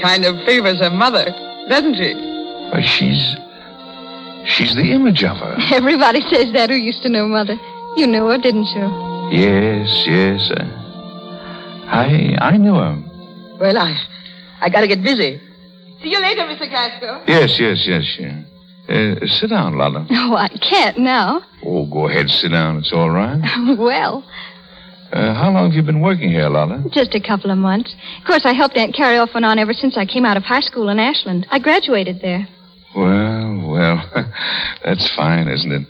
Speaker 11: kind of favors her mother, doesn't she?
Speaker 5: Uh, she's. She's the image of her.
Speaker 9: Everybody says that who used to know Mother. You knew her, didn't you?
Speaker 5: Yes, yes. uh, I, I knew her.
Speaker 11: Well, I, I gotta get busy.
Speaker 9: See you later, Mr. Glasgow.
Speaker 5: Yes, yes, yes, yeah. Uh, sit down, Lola.
Speaker 9: Oh, I can't now.
Speaker 5: Oh, go ahead, sit down. It's all right.
Speaker 9: well,
Speaker 5: Uh, how long have you been working here, Lola?
Speaker 9: just a couple of months. Of course, I helped Aunt Carrie off and on ever since I came out of high school in Ashland. I graduated there.
Speaker 5: Well, well, that's fine, isn't it?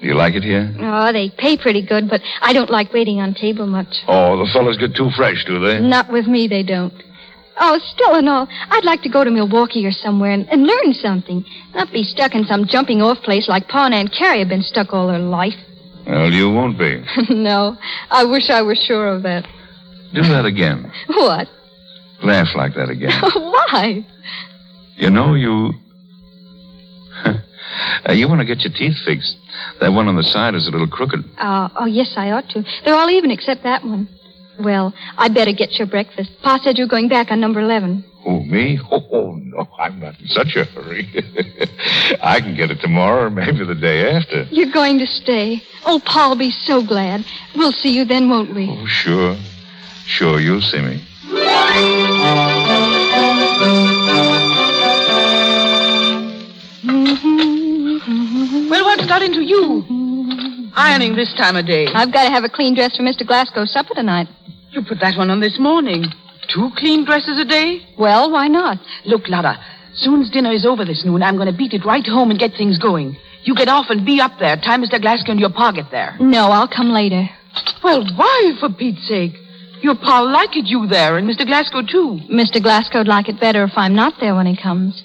Speaker 5: Do you like it here?
Speaker 9: Oh, they pay pretty good, but I don't like waiting on table much.
Speaker 5: Oh, the fellas get too fresh, do they?
Speaker 9: Not with me, they don't. Oh, still and all, I'd like to go to Milwaukee or somewhere and, and learn something. Not be stuck in some jumping off place like Pa and Aunt Carrie have been stuck all their life.
Speaker 5: Well, you won't be.
Speaker 9: no, I wish I were sure of that.
Speaker 5: Do that again.
Speaker 9: What?
Speaker 5: Laugh like that again.
Speaker 9: Why?
Speaker 5: You know, you. uh, you want to get your teeth fixed. That one on the side is a little crooked.
Speaker 9: Uh, oh, yes, I ought to. They're all even except that one. Well, I'd better get your breakfast. Pa said you're going back on number 11.
Speaker 5: Oh, me? Oh, oh, no, I'm not in such a hurry. I can get it tomorrow or maybe the day after.
Speaker 9: You're going to stay. Oh, Pa'll be so glad. We'll see you then, won't we?
Speaker 5: Oh, Sure. Sure, you'll see me.
Speaker 11: Mm-hmm. Well, what's got into you? Ironing this time of day.
Speaker 9: I've got to have a clean dress for Mr. Glasgow's supper tonight.
Speaker 11: You put that one on this morning. Two clean dresses a day?
Speaker 9: Well, why not?
Speaker 11: Look, Lotta, soon's dinner is over this noon. I'm going to beat it right home and get things going. You get off and be up there. Time Mr. Glasgow and your pa get there.
Speaker 9: No, I'll come later.
Speaker 11: Well, why, for Pete's sake? Your pa liked you there, and Mr. Glasgow, too.
Speaker 9: Mr. Glasgow'd like it better if I'm not there when he comes.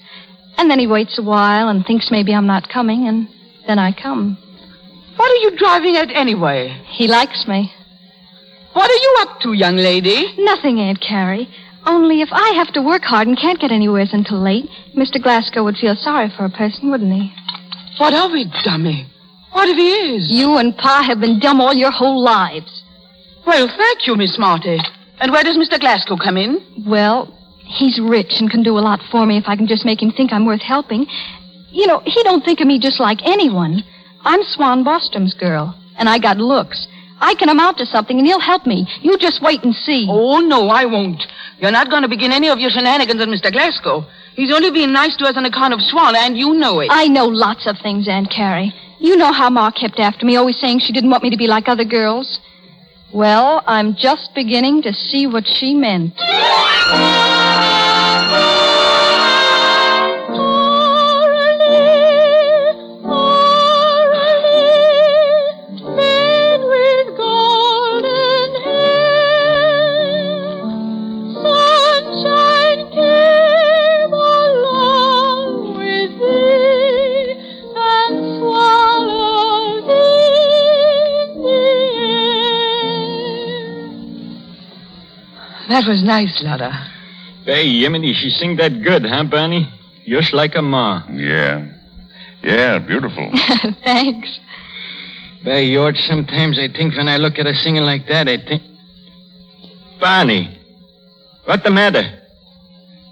Speaker 9: And then he waits a while and thinks maybe I'm not coming, and then I come.
Speaker 11: What are you driving at anyway?
Speaker 9: He likes me.
Speaker 11: What are you up to, young lady?
Speaker 9: Nothing, Aunt Carrie. Only if I have to work hard and can't get anywheres until late, Mr. Glasgow would feel sorry for a person, wouldn't he?
Speaker 11: What of it, dummy? What if he is?
Speaker 9: You and Pa have been dumb all your whole lives.
Speaker 11: Well, thank you, Miss Marty. And where does Mr. Glasgow come in?
Speaker 9: Well, he's rich and can do a lot for me if I can just make him think I'm worth helping. You know, he don't think of me just like anyone. I'm Swan Bostrom's girl, and I got looks. I can amount to something, and he'll help me. You just wait and see.
Speaker 11: Oh, no, I won't. You're not going to begin any of your shenanigans with Mr. Glasgow. He's only being nice to us on account of Swan, and you know it.
Speaker 9: I know lots of things, Aunt Carrie. You know how Ma kept after me, always saying she didn't want me to be like other girls. Well, I'm just beginning to see what she meant.
Speaker 4: Sunshine came along with thee and swallowed thee in
Speaker 11: That was nice, Lotta.
Speaker 7: Hey, Yemeni, she sing that good, huh, Barney? Just like a ma.
Speaker 5: Yeah. Yeah, beautiful.
Speaker 9: Thanks.
Speaker 7: By George, sometimes I think when I look at her singing like that, I think. Barney, what the matter?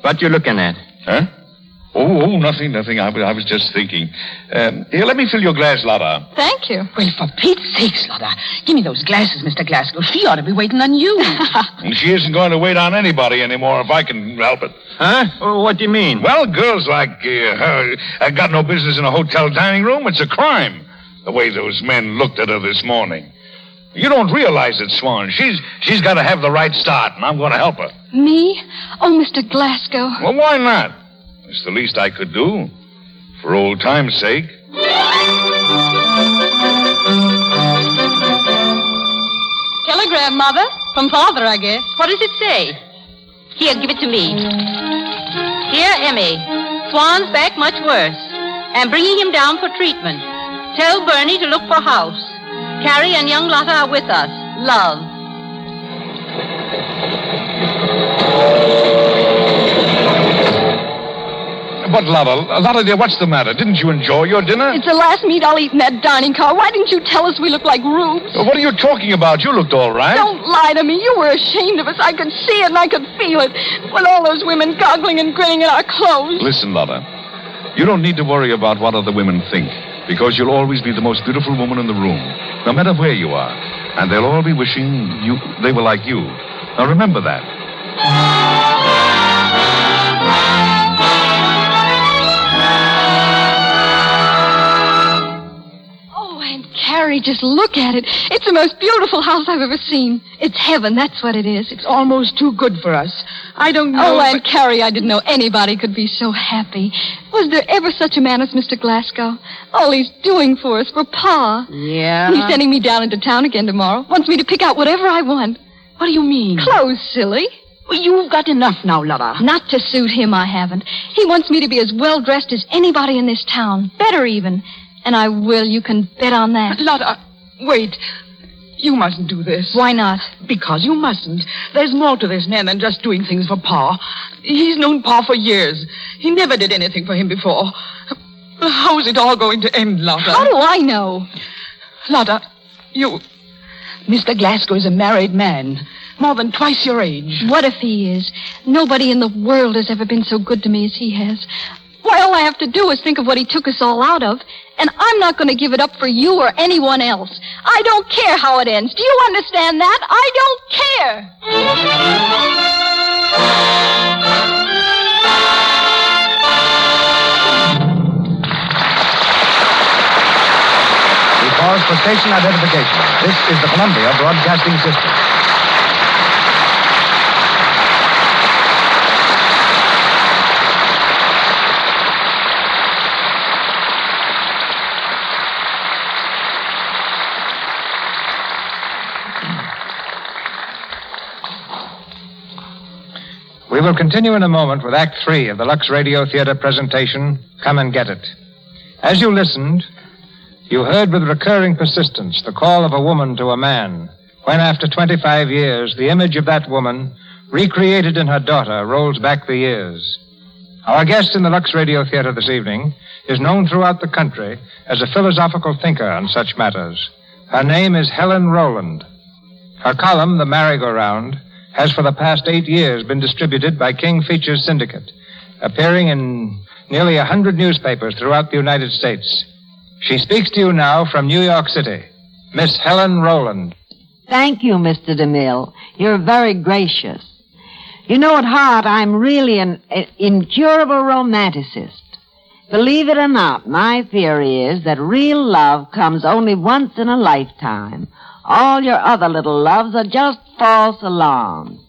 Speaker 7: What you looking at?
Speaker 5: Huh? Oh, oh, nothing, nothing. I, wa- I was just thinking. Um, here, let me fill your glass, Lotta.
Speaker 9: Thank you.
Speaker 11: Well, for Pete's sakes, Lotta, give me those glasses, Mr. Glasgow. She ought to be waiting on you.
Speaker 5: And she isn't going to wait on anybody anymore if I can help it.
Speaker 7: Huh? what do you mean?
Speaker 5: Well, girls like uh, her have got no business in a hotel dining room. It's a crime, the way those men looked at her this morning. You don't realize it, Swan. She's she's got to have the right start, and I'm going to help her.
Speaker 9: Me? Oh, Mr. Glasgow.
Speaker 5: Well, why not? It's the least I could do. For old time's sake.
Speaker 12: Telegram, Mother. From Father, I guess. What does it say?
Speaker 14: Here, give it to me. Dear Emmy, Swan's back much worse. Am bringing him down for treatment. Tell Bernie to look for house. Carrie and young Lotta are with us. Love.
Speaker 5: But, Lotta, Lotta, dear, what's the matter? Didn't you enjoy your dinner?
Speaker 9: It's the last meat I'll eat in that dining car. Why didn't you tell us we look like rubes?
Speaker 5: What are you talking about? You looked all right.
Speaker 9: Don't lie to me. You were ashamed of us. I could see it and I could feel it. With all those women goggling and grinning at our clothes.
Speaker 5: Listen, Lotta. You don't need to worry about what other women think, because you'll always be the most beautiful woman in the room, no matter where you are. And they'll all be wishing you they were like you. Now remember that.
Speaker 9: Oh, Aunt Carrie, just look at it. It's the most beautiful house I've ever seen. It's heaven, that's what it is. It's almost too good for us. I don't
Speaker 11: know,
Speaker 9: Oh, Aunt
Speaker 11: but-
Speaker 9: Carrie, I didn't know anybody could be so happy. Was there ever such a man as Mr. Glasgow? All he's doing for us, for Pa.
Speaker 15: Yeah.
Speaker 9: He's sending me down into town again tomorrow. Wants me to pick out whatever I want. What do you mean? Clothes, silly. Well, you've got enough now, Lotta. Not to suit him, I haven't. He wants me to be as well dressed as anybody in this town. Better even. And I will, you can bet on that. Lotta, wait.
Speaker 15: You mustn't do this.
Speaker 9: Why not?
Speaker 15: Because you mustn't. There's more to this man than just doing things for Pa. He's known Pa for years. He never did anything for him before. How is it all going to end, Lotta? How
Speaker 9: do I know?
Speaker 15: Lotta, you. Mr. Glasgow is a married man, more than twice your age.
Speaker 9: What if he is? Nobody in the world has ever been so good to me as he has. Why, all I have to do is think of what he took us all out of, and I'm not going to give it up for you or anyone else. I don't care how it ends. Do you understand that? I don't care.
Speaker 2: We pause for station identification. This is the Columbia Broadcasting System.
Speaker 3: We will continue in a moment with Act Three of the Lux Radio Theater presentation, Come and Get It. As you listened, you heard with recurring persistence the call of a woman to a man, when after 25 years, the image of that woman, recreated in her daughter, rolls back the years. Our guest in the Lux Radio Theater this evening is known throughout the country as a philosophical thinker on such matters. Her name is Helen Rowland. Her column, The Merry-Go-Round, has for the past eight years been distributed by King Features Syndicate, appearing in nearly a hundred newspapers throughout the United States. She speaks to you now from New York City, Miss Helen Rowland.
Speaker 17: Thank you, Mr. DeMille. You're very gracious. You know, at heart, I'm really an uh, incurable romanticist. Believe it or not, my theory is that real love comes only once in a lifetime. All your other little loves are just false alarms.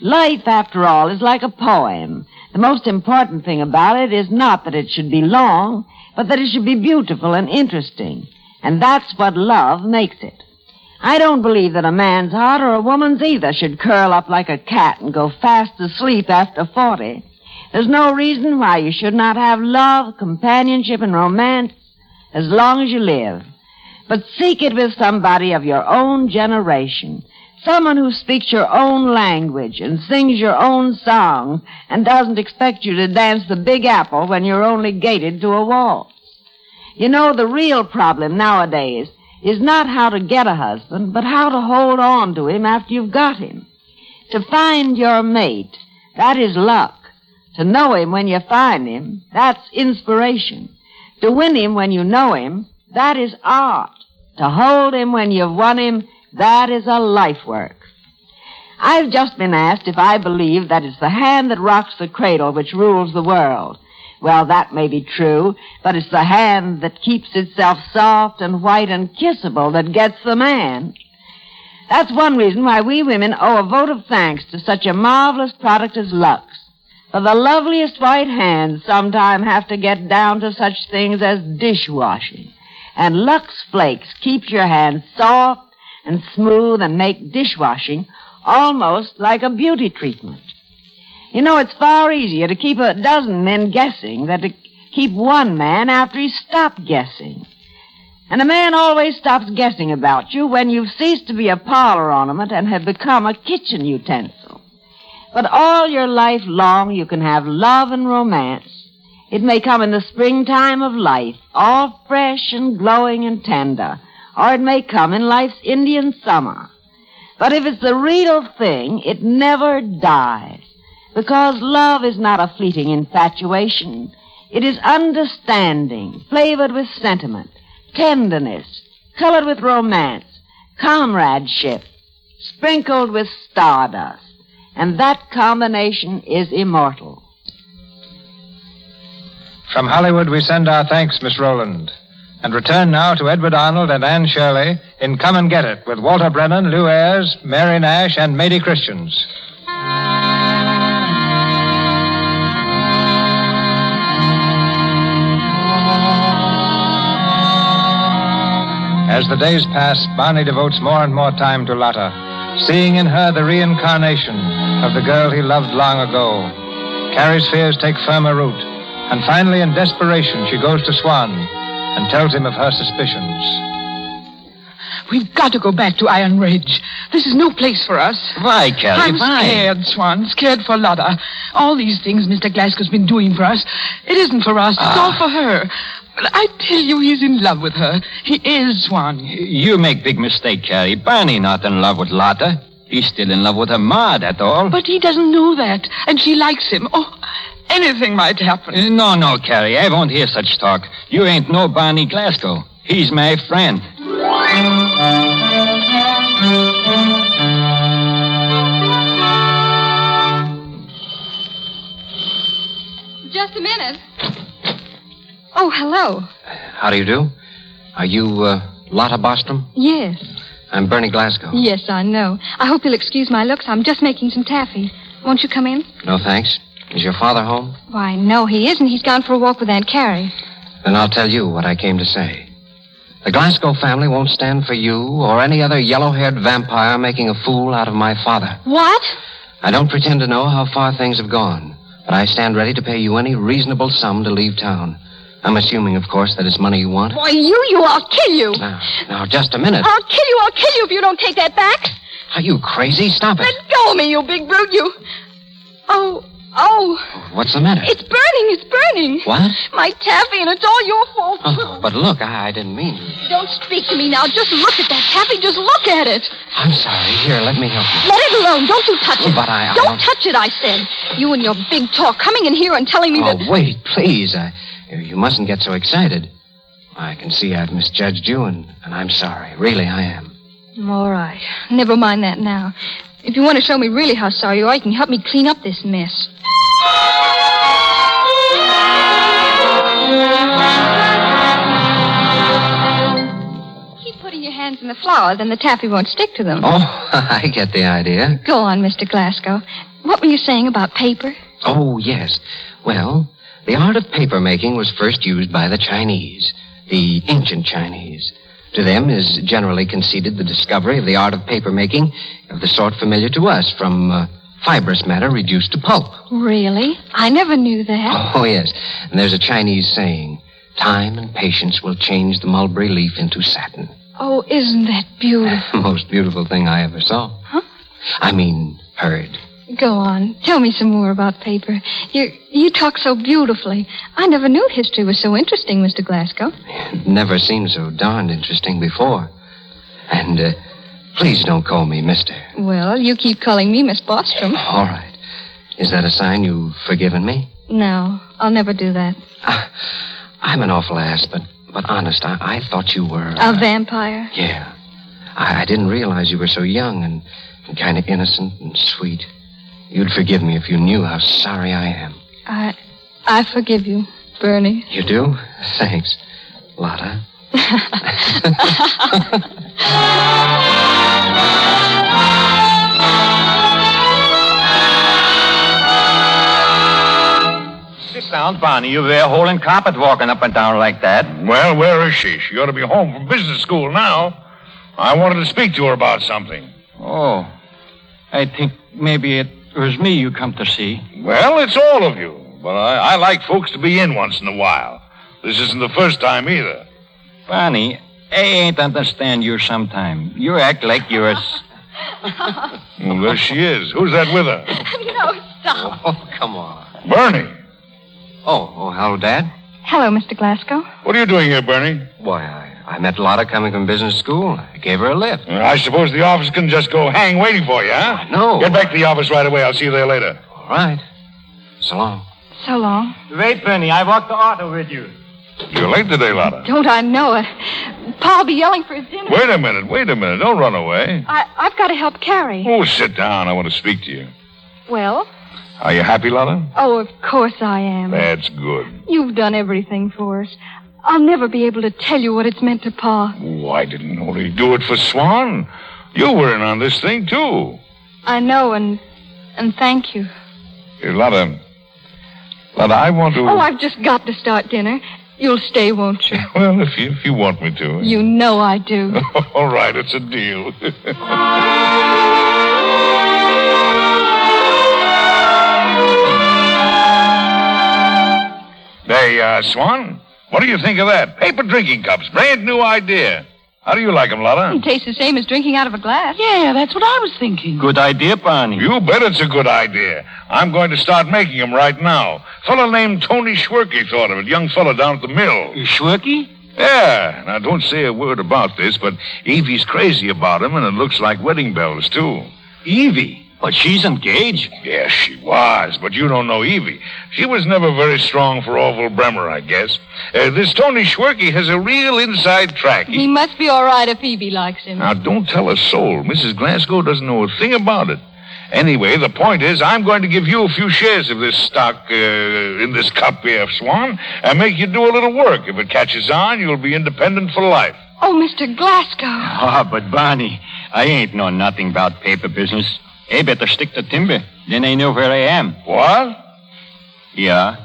Speaker 17: Life, after all, is like a poem. The most important thing about it is not that it should be long, but that it should be beautiful and interesting. And that's what love makes it. I don't believe that a man's heart or a woman's either should curl up like a cat and go fast asleep after 40. There's no reason why you should not have love, companionship, and romance as long as you live. But seek it with somebody of your own generation. Someone who speaks your own language and sings your own songs and doesn't expect you to dance the Big Apple when you're only gated to a waltz. You know, the real problem nowadays is not how to get a husband, but how to hold on to him after you've got him. To find your mate, that is luck. To know him when you find him, that's inspiration. To win him when you know him, that is art. To hold him when you've won him, that is a life work. I've just been asked if I believe that it's the hand that rocks the cradle which rules the world. Well, that may be true, but it's the hand that keeps itself soft and white and kissable that gets the man. That's one reason why we women owe a vote of thanks to such a marvelous product as Lux. For the loveliest white hands sometime have to get down to such things as dishwashing. And Lux Flakes keeps your hands soft and smooth and make dishwashing almost like a beauty treatment. You know, it's far easier to keep a dozen men guessing than to keep one man after he's stopped guessing. And a man always stops guessing about you when you've ceased to be a parlor ornament and have become a kitchen utensil. But all your life long, you can have love and romance. It may come in the springtime of life, all fresh and glowing and tender, or it may come in life's Indian summer. But if it's the real thing, it never dies. Because love is not a fleeting infatuation. It is understanding, flavored with sentiment, tenderness, colored with romance, comradeship, sprinkled with stardust. And that combination is immortal.
Speaker 3: From Hollywood, we send our thanks, Miss Rowland. And return now to Edward Arnold and Anne Shirley in Come and Get It with Walter Brennan, Lou Ayres, Mary Nash, and Mady Christians. As the days pass, Barney devotes more and more time to Lotta, seeing in her the reincarnation of the girl he loved long ago. Carrie's fears take firmer root, and finally, in desperation, she goes to Swan and tells him of her suspicions.
Speaker 11: We've got to go back to Iron Ridge. This is no place for us.
Speaker 7: Why, Kelly?
Speaker 11: I'm
Speaker 7: why?
Speaker 11: scared, Swan. Scared for Lotta. All these things Mr. Glasgow's been doing for us. It isn't for us. It's
Speaker 7: Ah.
Speaker 11: all for her. But I tell you, he's in love with her. He is, Swan.
Speaker 7: You make big mistake, Carrie. Barney not in love with Lotta. He's still in love with her ma, that all.
Speaker 11: But he doesn't know that. And she likes him. Oh, anything might happen.
Speaker 7: Uh, No, no, Carrie. I won't hear such talk. You ain't no Barney Glasgow. He's my friend.
Speaker 9: Just a minute. Oh, hello.
Speaker 13: How do you do? Are you uh, Lotta Bostrom?
Speaker 9: Yes.
Speaker 13: I'm Bernie
Speaker 15: Oh.
Speaker 13: Glasgow.
Speaker 9: Yes, I know. I hope you'll excuse my looks. I'm just making some taffy. Won't you come in?
Speaker 13: No thanks. Is your father home?
Speaker 9: Why, no, he isn't. He's gone for a walk with Aunt Carrie.
Speaker 13: Then I'll tell you what I came to say. The Glasgow family won't stand for you or any other yellow haired vampire making a fool out of my father.
Speaker 9: What?
Speaker 13: I don't pretend to know how far things have gone, but I stand ready to pay you any reasonable sum to leave town. I'm assuming, of course, that it's money you want.
Speaker 18: Why, you, you, I'll kill you.
Speaker 13: Now, now, just a minute.
Speaker 18: I'll kill you, I'll kill you if you don't take that back.
Speaker 13: Are you crazy? Stop it.
Speaker 18: Let go of me, you big brute, you. Oh, oh,
Speaker 13: What's the matter?
Speaker 18: it's burning, it's burning.
Speaker 13: What?
Speaker 18: My taffy, and it's all your fault.
Speaker 13: Oh, but look, I, I didn't mean.
Speaker 18: Don't speak to me now. Just look at that taffy. Just look at it.
Speaker 13: I'm sorry. Here, let me help you.
Speaker 18: Let it alone. Don't you touch it.
Speaker 13: But I- I
Speaker 18: Don't
Speaker 13: want-
Speaker 18: touch it, I said. You and your big talk coming in here and telling me
Speaker 13: Oh,
Speaker 18: that.
Speaker 13: wait, please. I, you mustn't get so excited. I can see I've misjudged you, and, and I'm sorry. Really, I am.
Speaker 9: All right. Never mind that now. If you want to show me really how sorry you are, you can help me clean up this mess. Keep putting your hands in the flour, then the taffy won't stick to them.
Speaker 13: Oh, I get the idea.
Speaker 9: Go on, Mr. Glasgow. What were you saying about paper?
Speaker 13: Oh, yes. Well, the art of paper making was first used by the Chinese, the ancient Chinese. To them is generally conceded the discovery of the art of paper making of the sort familiar to us from uh, fibrous matter reduced to pulp.
Speaker 9: Really? I never knew that.
Speaker 13: Oh, yes. And there's a Chinese saying time and patience will change the mulberry leaf into satin.
Speaker 9: Oh, isn't that beautiful?
Speaker 13: Most beautiful thing I ever saw. Huh? I mean, heard.
Speaker 9: Go on. Tell me some more about paper. You you talk so beautifully. I never knew history was so interesting, Mr. Glasgow.
Speaker 13: Never seemed so darned interesting before. And, uh, please don't call me mister.
Speaker 9: Well, you keep calling me Miss Bostrom.
Speaker 13: All right. Is that a sign you've forgiven me?
Speaker 9: No, I'll never do that.
Speaker 13: I'm an awful ass, but, but honest, I, I thought you were.
Speaker 9: A vampire?
Speaker 13: Yeah. I, I didn't realize you were so young and, and kind of innocent and sweet. You'd forgive me if you knew how sorry I am.
Speaker 9: I I forgive you, Bernie.
Speaker 13: You do? Thanks, Lotta.
Speaker 7: sounds, Barney. You've a hole in carpet walking up and down like that.
Speaker 5: Well, where is she? She ought to be home from business school now. I wanted to speak to her about something.
Speaker 7: Oh. I think maybe it was me you come to see.
Speaker 5: Well, it's all of you. But I, I like folks to be in once in a while. This isn't the first time either.
Speaker 7: Barney, I ain't understand you sometime. You act like you're a... s-
Speaker 5: Well, there she is. Who's that with her?
Speaker 4: no, stop.
Speaker 6: Oh, come on.
Speaker 5: Bernie.
Speaker 6: Oh, oh, hello, Dad.
Speaker 9: Hello, Mr. Glasgow.
Speaker 5: What are you doing here, Bernie?
Speaker 6: Why, I, I met Lotta coming from business school. I gave her a lift.
Speaker 5: I suppose the office can just go hang waiting for you, huh?
Speaker 6: No.
Speaker 5: Get back to the office right away. I'll see you there later.
Speaker 6: All right. So long.
Speaker 9: So long.
Speaker 13: Wait, Bernie. I walked the auto with you.
Speaker 5: You're late today, Lotta.
Speaker 9: Don't I know it? Pa'll be yelling for his dinner.
Speaker 5: Wait a minute. Wait a minute. Don't run away.
Speaker 9: I, I've got to help Carrie.
Speaker 5: Oh, sit down. I want to speak to you.
Speaker 9: Well,
Speaker 5: Are you happy, Lotta?
Speaker 9: oh, of course I am.
Speaker 5: That's good.
Speaker 9: You've done everything for us. I'll never be able to tell you what it's meant to Pa.
Speaker 5: Why Oh, didn't only do it for Swan? You were in on this thing, too.
Speaker 9: I know, and and thank you.
Speaker 5: Here, Lotta. Lotta, I want to.
Speaker 9: Oh, I've just got to start dinner. You'll stay, won't you?
Speaker 5: Well, if you, if you want me to.
Speaker 9: You know I do.
Speaker 5: All right, it's a deal. hey, uh, Swan, what do you think of that? Paper drinking cups, brand new idea. How do you like 'em, Lotta?
Speaker 9: It tastes the same as drinking out of a glass.
Speaker 11: Yeah, that's what I was thinking.
Speaker 5: Good idea, Barney. You bet it's a good idea. I'm going to start making 'em right now. Fella named Tony Schwerke thought of it. Young fella down at the mill. Schwerke? Yeah. Now, don't say a word about this, but Evie's crazy about him, and it looks like wedding bells, too. Evie? But she's engaged. Yes, she was, but you don't know Evie. She was never very strong for Orville Bremer, I guess. Uh, this Tony Schwerke has a real inside track.
Speaker 9: He must be all right if Phoebe likes him.
Speaker 5: Now, don't tell a soul. Mrs. Glasgow doesn't know a thing about it. Anyway, the point is, I'm going to give you a few shares of this stock uh, in this cup here, Swan, and make you do a little work. If it catches on, you'll be independent for life.
Speaker 9: Oh, Mr. Glasgow.
Speaker 7: Ah, but Barney, I ain't know nothing about paper business. I better stick to timber. Then I know where I am.
Speaker 5: What?
Speaker 7: Yeah.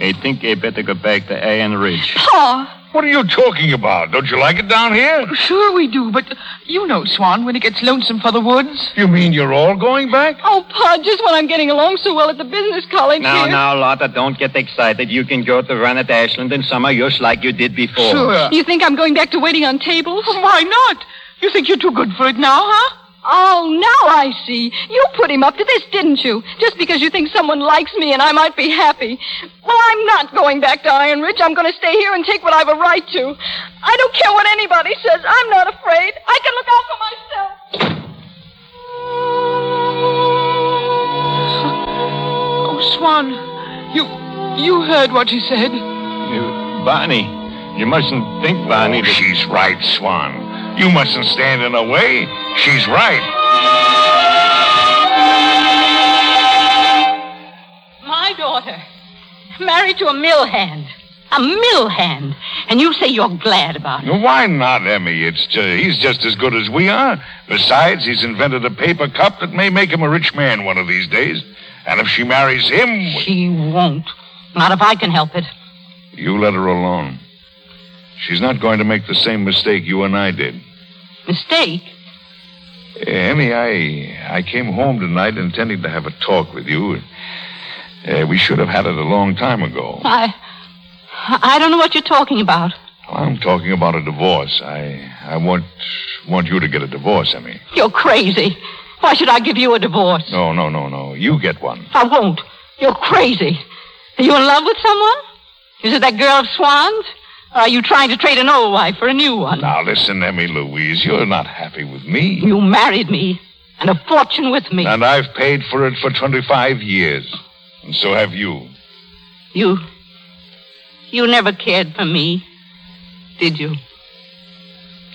Speaker 7: I think I better go back to Ann Ridge.
Speaker 11: Pa!
Speaker 5: What are you talking about? Don't you like it down here?
Speaker 11: Sure we do, but you know, Swan, when it gets lonesome for the woods.
Speaker 5: You mean you're all going back?
Speaker 9: Oh, Pa, just when I'm getting along so well at the business college
Speaker 7: Now,
Speaker 9: here.
Speaker 7: now, Lotta, don't get excited. You can go to run at Ashland in summer just like you did
Speaker 11: Oh.
Speaker 7: before.
Speaker 9: You think I'm going back to waiting on tables?
Speaker 11: Why not? You think you're too good for it now, huh?
Speaker 9: Oh, now I see. You put him up to this, didn't you? Just because you think someone likes me and I might be happy. Well, I'm not going back to Iron Ridge. I'm going to stay here and take what I've a right to. I don't care what anybody says. I'm not afraid. I can look out for myself.
Speaker 11: Oh, Swan, you you heard what he said.
Speaker 5: Barney, you mustn't think, Barney. Oh, she's right, Swan. You mustn't stand in her way. She's right.
Speaker 14: My daughter, married to a mill hand. A mill hand. And you say you're glad about it.
Speaker 5: Why not, Emmy? It's ju- he's just as good as we are. Besides, he's invented a paper cup that may make him a rich man one of these days. And if she marries him,
Speaker 14: She won't. Not if I can help it.
Speaker 5: you let her alone. She's not going to make the same mistake you and I did.
Speaker 14: Mistake?
Speaker 5: Eh, Emmy, I I came home tonight intending to have a talk with you. Eh, we should have had it a long time ago.
Speaker 14: I. I don't know what you're talking about.
Speaker 5: I'm talking about a divorce. I I want want you to get a divorce, Emmy.
Speaker 14: You're crazy. Why should I give you a divorce?
Speaker 5: No, no, no, no. You get one.
Speaker 14: I won't. You're crazy. Are you in love with someone? Is it that girl of Swan's? Or are you trying to trade an old wife for a new one?
Speaker 5: Now listen, Emmy Louise, you're not happy with me.
Speaker 14: You married me, and a fortune with me.
Speaker 5: And I've paid for it for 25 years. And so have you.
Speaker 14: You. You never cared for me, did you?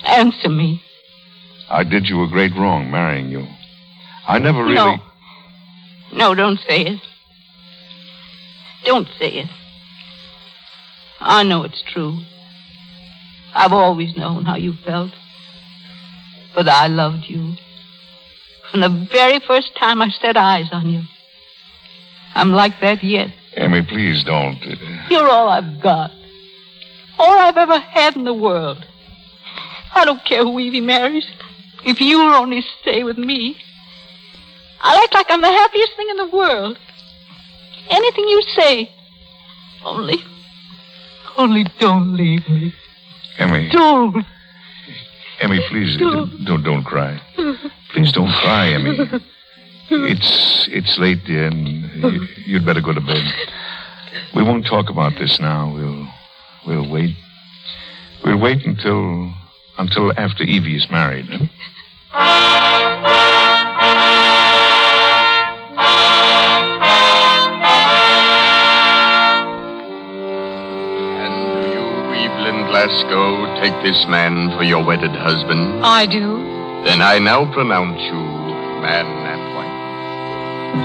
Speaker 14: Answer me.
Speaker 5: I did you a great wrong marrying you. I never really.
Speaker 14: No. No, don't say it. Don't say it. I know it's true. I've always known how you felt. But I loved you. From the very first time I set eyes on you. I'm like that yet.
Speaker 5: Amy, please don't. Uh,
Speaker 14: You're all I've got. All I've ever had in the world. I don't care who Evie marries. If you'll only stay with me, I'll act like I'm the happiest thing in the world. Anything you say. Only. Only don't leave me.
Speaker 5: Emmy,
Speaker 14: Don't.
Speaker 5: Emmy, please don't, don't, don't cry. Please don't cry, Emmy. It's it's late, dear, and you, you'd better go to bed. We won't talk about this now. We'll we'll wait. We'll wait until until after Evie is married. huh?
Speaker 19: Evelyn Glasgow, take this man for your wedded husband.
Speaker 12: I do.
Speaker 19: Then I now pronounce you man and wife.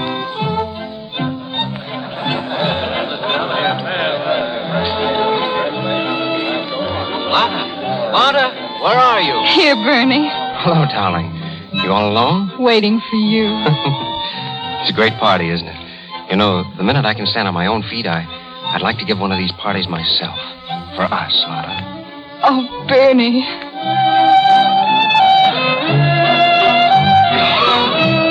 Speaker 20: Marta, where are you?
Speaker 12: Here, Bernie,
Speaker 13: Hello, darling. You all alone?
Speaker 12: waiting for you.
Speaker 13: It's a great party, isn't it? You know, the minute I can stand on my own feet, I, I'd like to give one of these parties myself. For us, Marta.
Speaker 12: Oh, Bernie.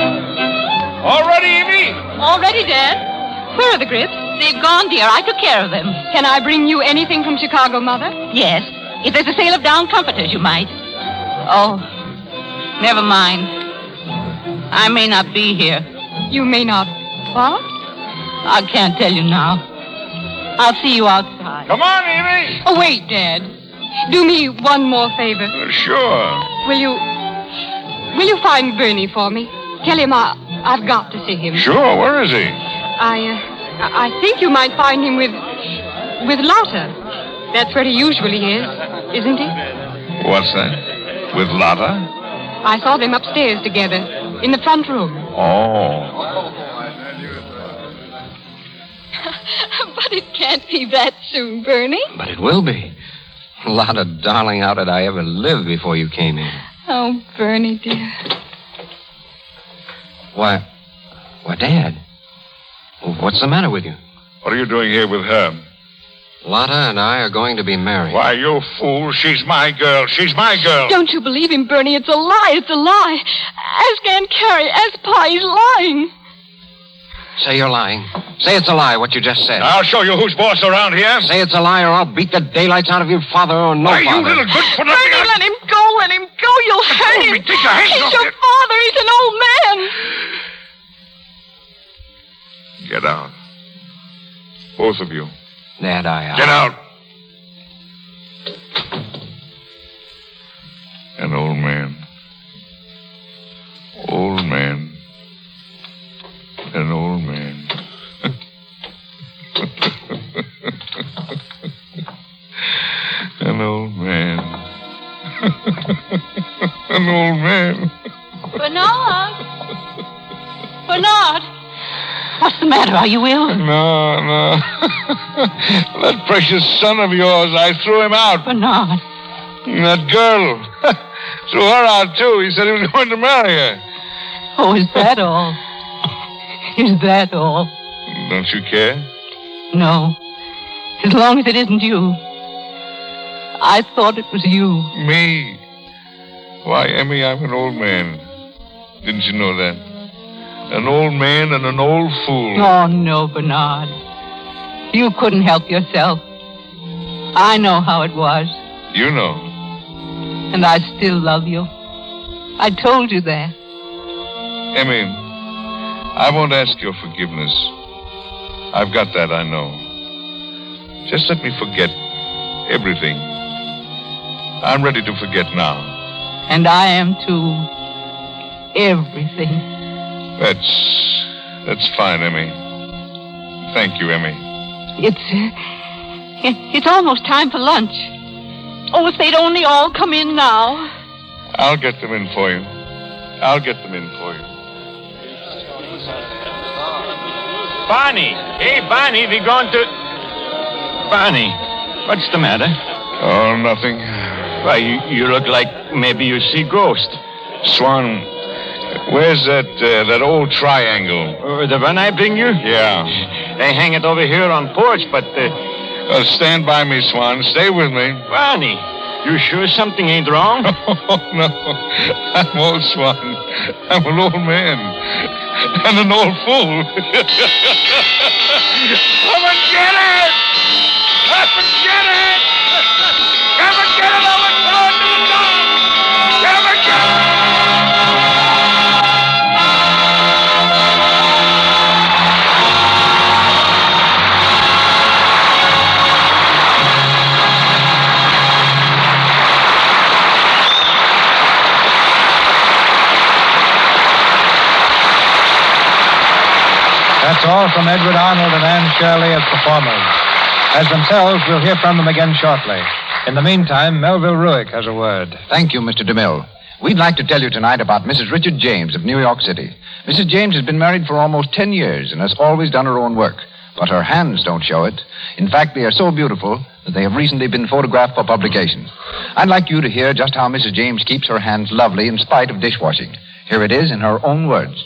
Speaker 14: All ready, Evie? All ready, Dad.
Speaker 12: Where are the grips?
Speaker 14: They've gone, dear. I took care of them.
Speaker 12: Can I bring you anything from Chicago, Mother?
Speaker 14: Yes. If there's a sale of down comforters, you might. Oh, never mind. I may not be here.
Speaker 12: You may not. What?
Speaker 14: I can't tell you now. I'll see you outside.
Speaker 12: Come on, Evie. Oh, wait, Dad. Do me one more favor.
Speaker 5: Sure.
Speaker 12: Will you. Will you find Bernie for me? Tell him I, I've got to see him.
Speaker 5: Sure. Where is he?
Speaker 12: I, uh, I I think you might find him with. with Lotta. That's where he usually is, isn't he?
Speaker 5: What's that? With Lotta?
Speaker 12: I saw them upstairs together, in the front room.
Speaker 5: Oh.
Speaker 9: but it can't be that soon, Bernie.
Speaker 13: But it will be. Lotta, darling, how did I ever live before you came in?
Speaker 9: Oh, Bernie, dear.
Speaker 13: Why, why, Dad, what's the matter with you?
Speaker 5: What are you doing here with her?
Speaker 13: Lotta and I are going to be married.
Speaker 5: Why, you fool. She's my girl. She's my
Speaker 13: Oh.
Speaker 5: girl.
Speaker 21: Don't you believe him, Bernie. It's a lie. It's a lie. Ask Aunt Carrie. Ask Pa. He's lying.
Speaker 13: Say you're lying. Say it's a lie, what you just said.
Speaker 5: I'll show you who's boss around here.
Speaker 13: Say it's a lie, or I'll beat the daylights out of your father or no
Speaker 5: Why, you
Speaker 13: father.
Speaker 5: little good for nothing.
Speaker 21: Bernie, let him go. Let him go. You'll hurt him.
Speaker 5: take your hands
Speaker 21: He's
Speaker 5: off
Speaker 21: your
Speaker 5: it.
Speaker 21: father. He's an old man.
Speaker 5: Get out. Both of you.
Speaker 13: Dad, I.
Speaker 5: Get out. An old man. Old man. An old man. An old man. An old man.
Speaker 14: Bernard! Bernard! What's the matter? Are you ill?
Speaker 5: No, no. that precious son of yours, I threw him out.
Speaker 14: Bernard.
Speaker 5: That girl. threw her out, too. He said he was going to marry her.
Speaker 14: Oh, is that all? Is that all?
Speaker 5: Don't you care?
Speaker 14: No. As long as it isn't you. I thought it was you.
Speaker 5: Me? Why, Emmy, I'm an old man. Didn't you know that? An old man and an old fool.
Speaker 14: Oh, no, Bernard. You couldn't help yourself. I know how it was,
Speaker 5: You know.
Speaker 14: and I still love you. I told you that.
Speaker 5: Emmy, I won't ask your forgiveness. I've got that, I know. Just let me forget everything. I'm ready to forget now.
Speaker 14: And I am too. Everything.
Speaker 5: That's. that's fine, Emmy. Thank you, Emmy.
Speaker 14: It's. Uh, it- it's almost time for lunch. Oh, if they'd only all come in now.
Speaker 5: I'll get them in for you. I'll get them in for you.
Speaker 6: Barney! Hey, Barney, we going to. Barney, what's the matter?
Speaker 5: Oh, nothing.
Speaker 6: Why, you, you look like maybe you see ghost.
Speaker 5: Swan, where's that uh, that old triangle?
Speaker 6: the one Oh, I bring you?
Speaker 5: Yeah.
Speaker 6: They hang it over here on porch, but. Uh...
Speaker 5: stand by me, Swan. Stay with me.
Speaker 6: Barney, you sure something ain't wrong?
Speaker 5: Oh, no. I'm old, Swan. I'm an old man. And an old fool.
Speaker 4: Come and get it! Come and get it! Come and get it over to the dog! Come and get it!
Speaker 3: That's all from Edward Arnold and Anne Shirley as performers. As themselves, we'll hear from them again shortly. In the meantime, Melville Ruick has a word.
Speaker 2: Thank you, Mr. DeMille. We'd like to tell you tonight about Mrs. Richard James of New York City. Mrs. James has been married for almost 10 years and has always done her own work, but her hands don't show it. In fact, they are so beautiful that they have recently been photographed for publication. I'd like you to hear just how Mrs. James keeps her hands lovely in spite of dishwashing. Here it is in her own words.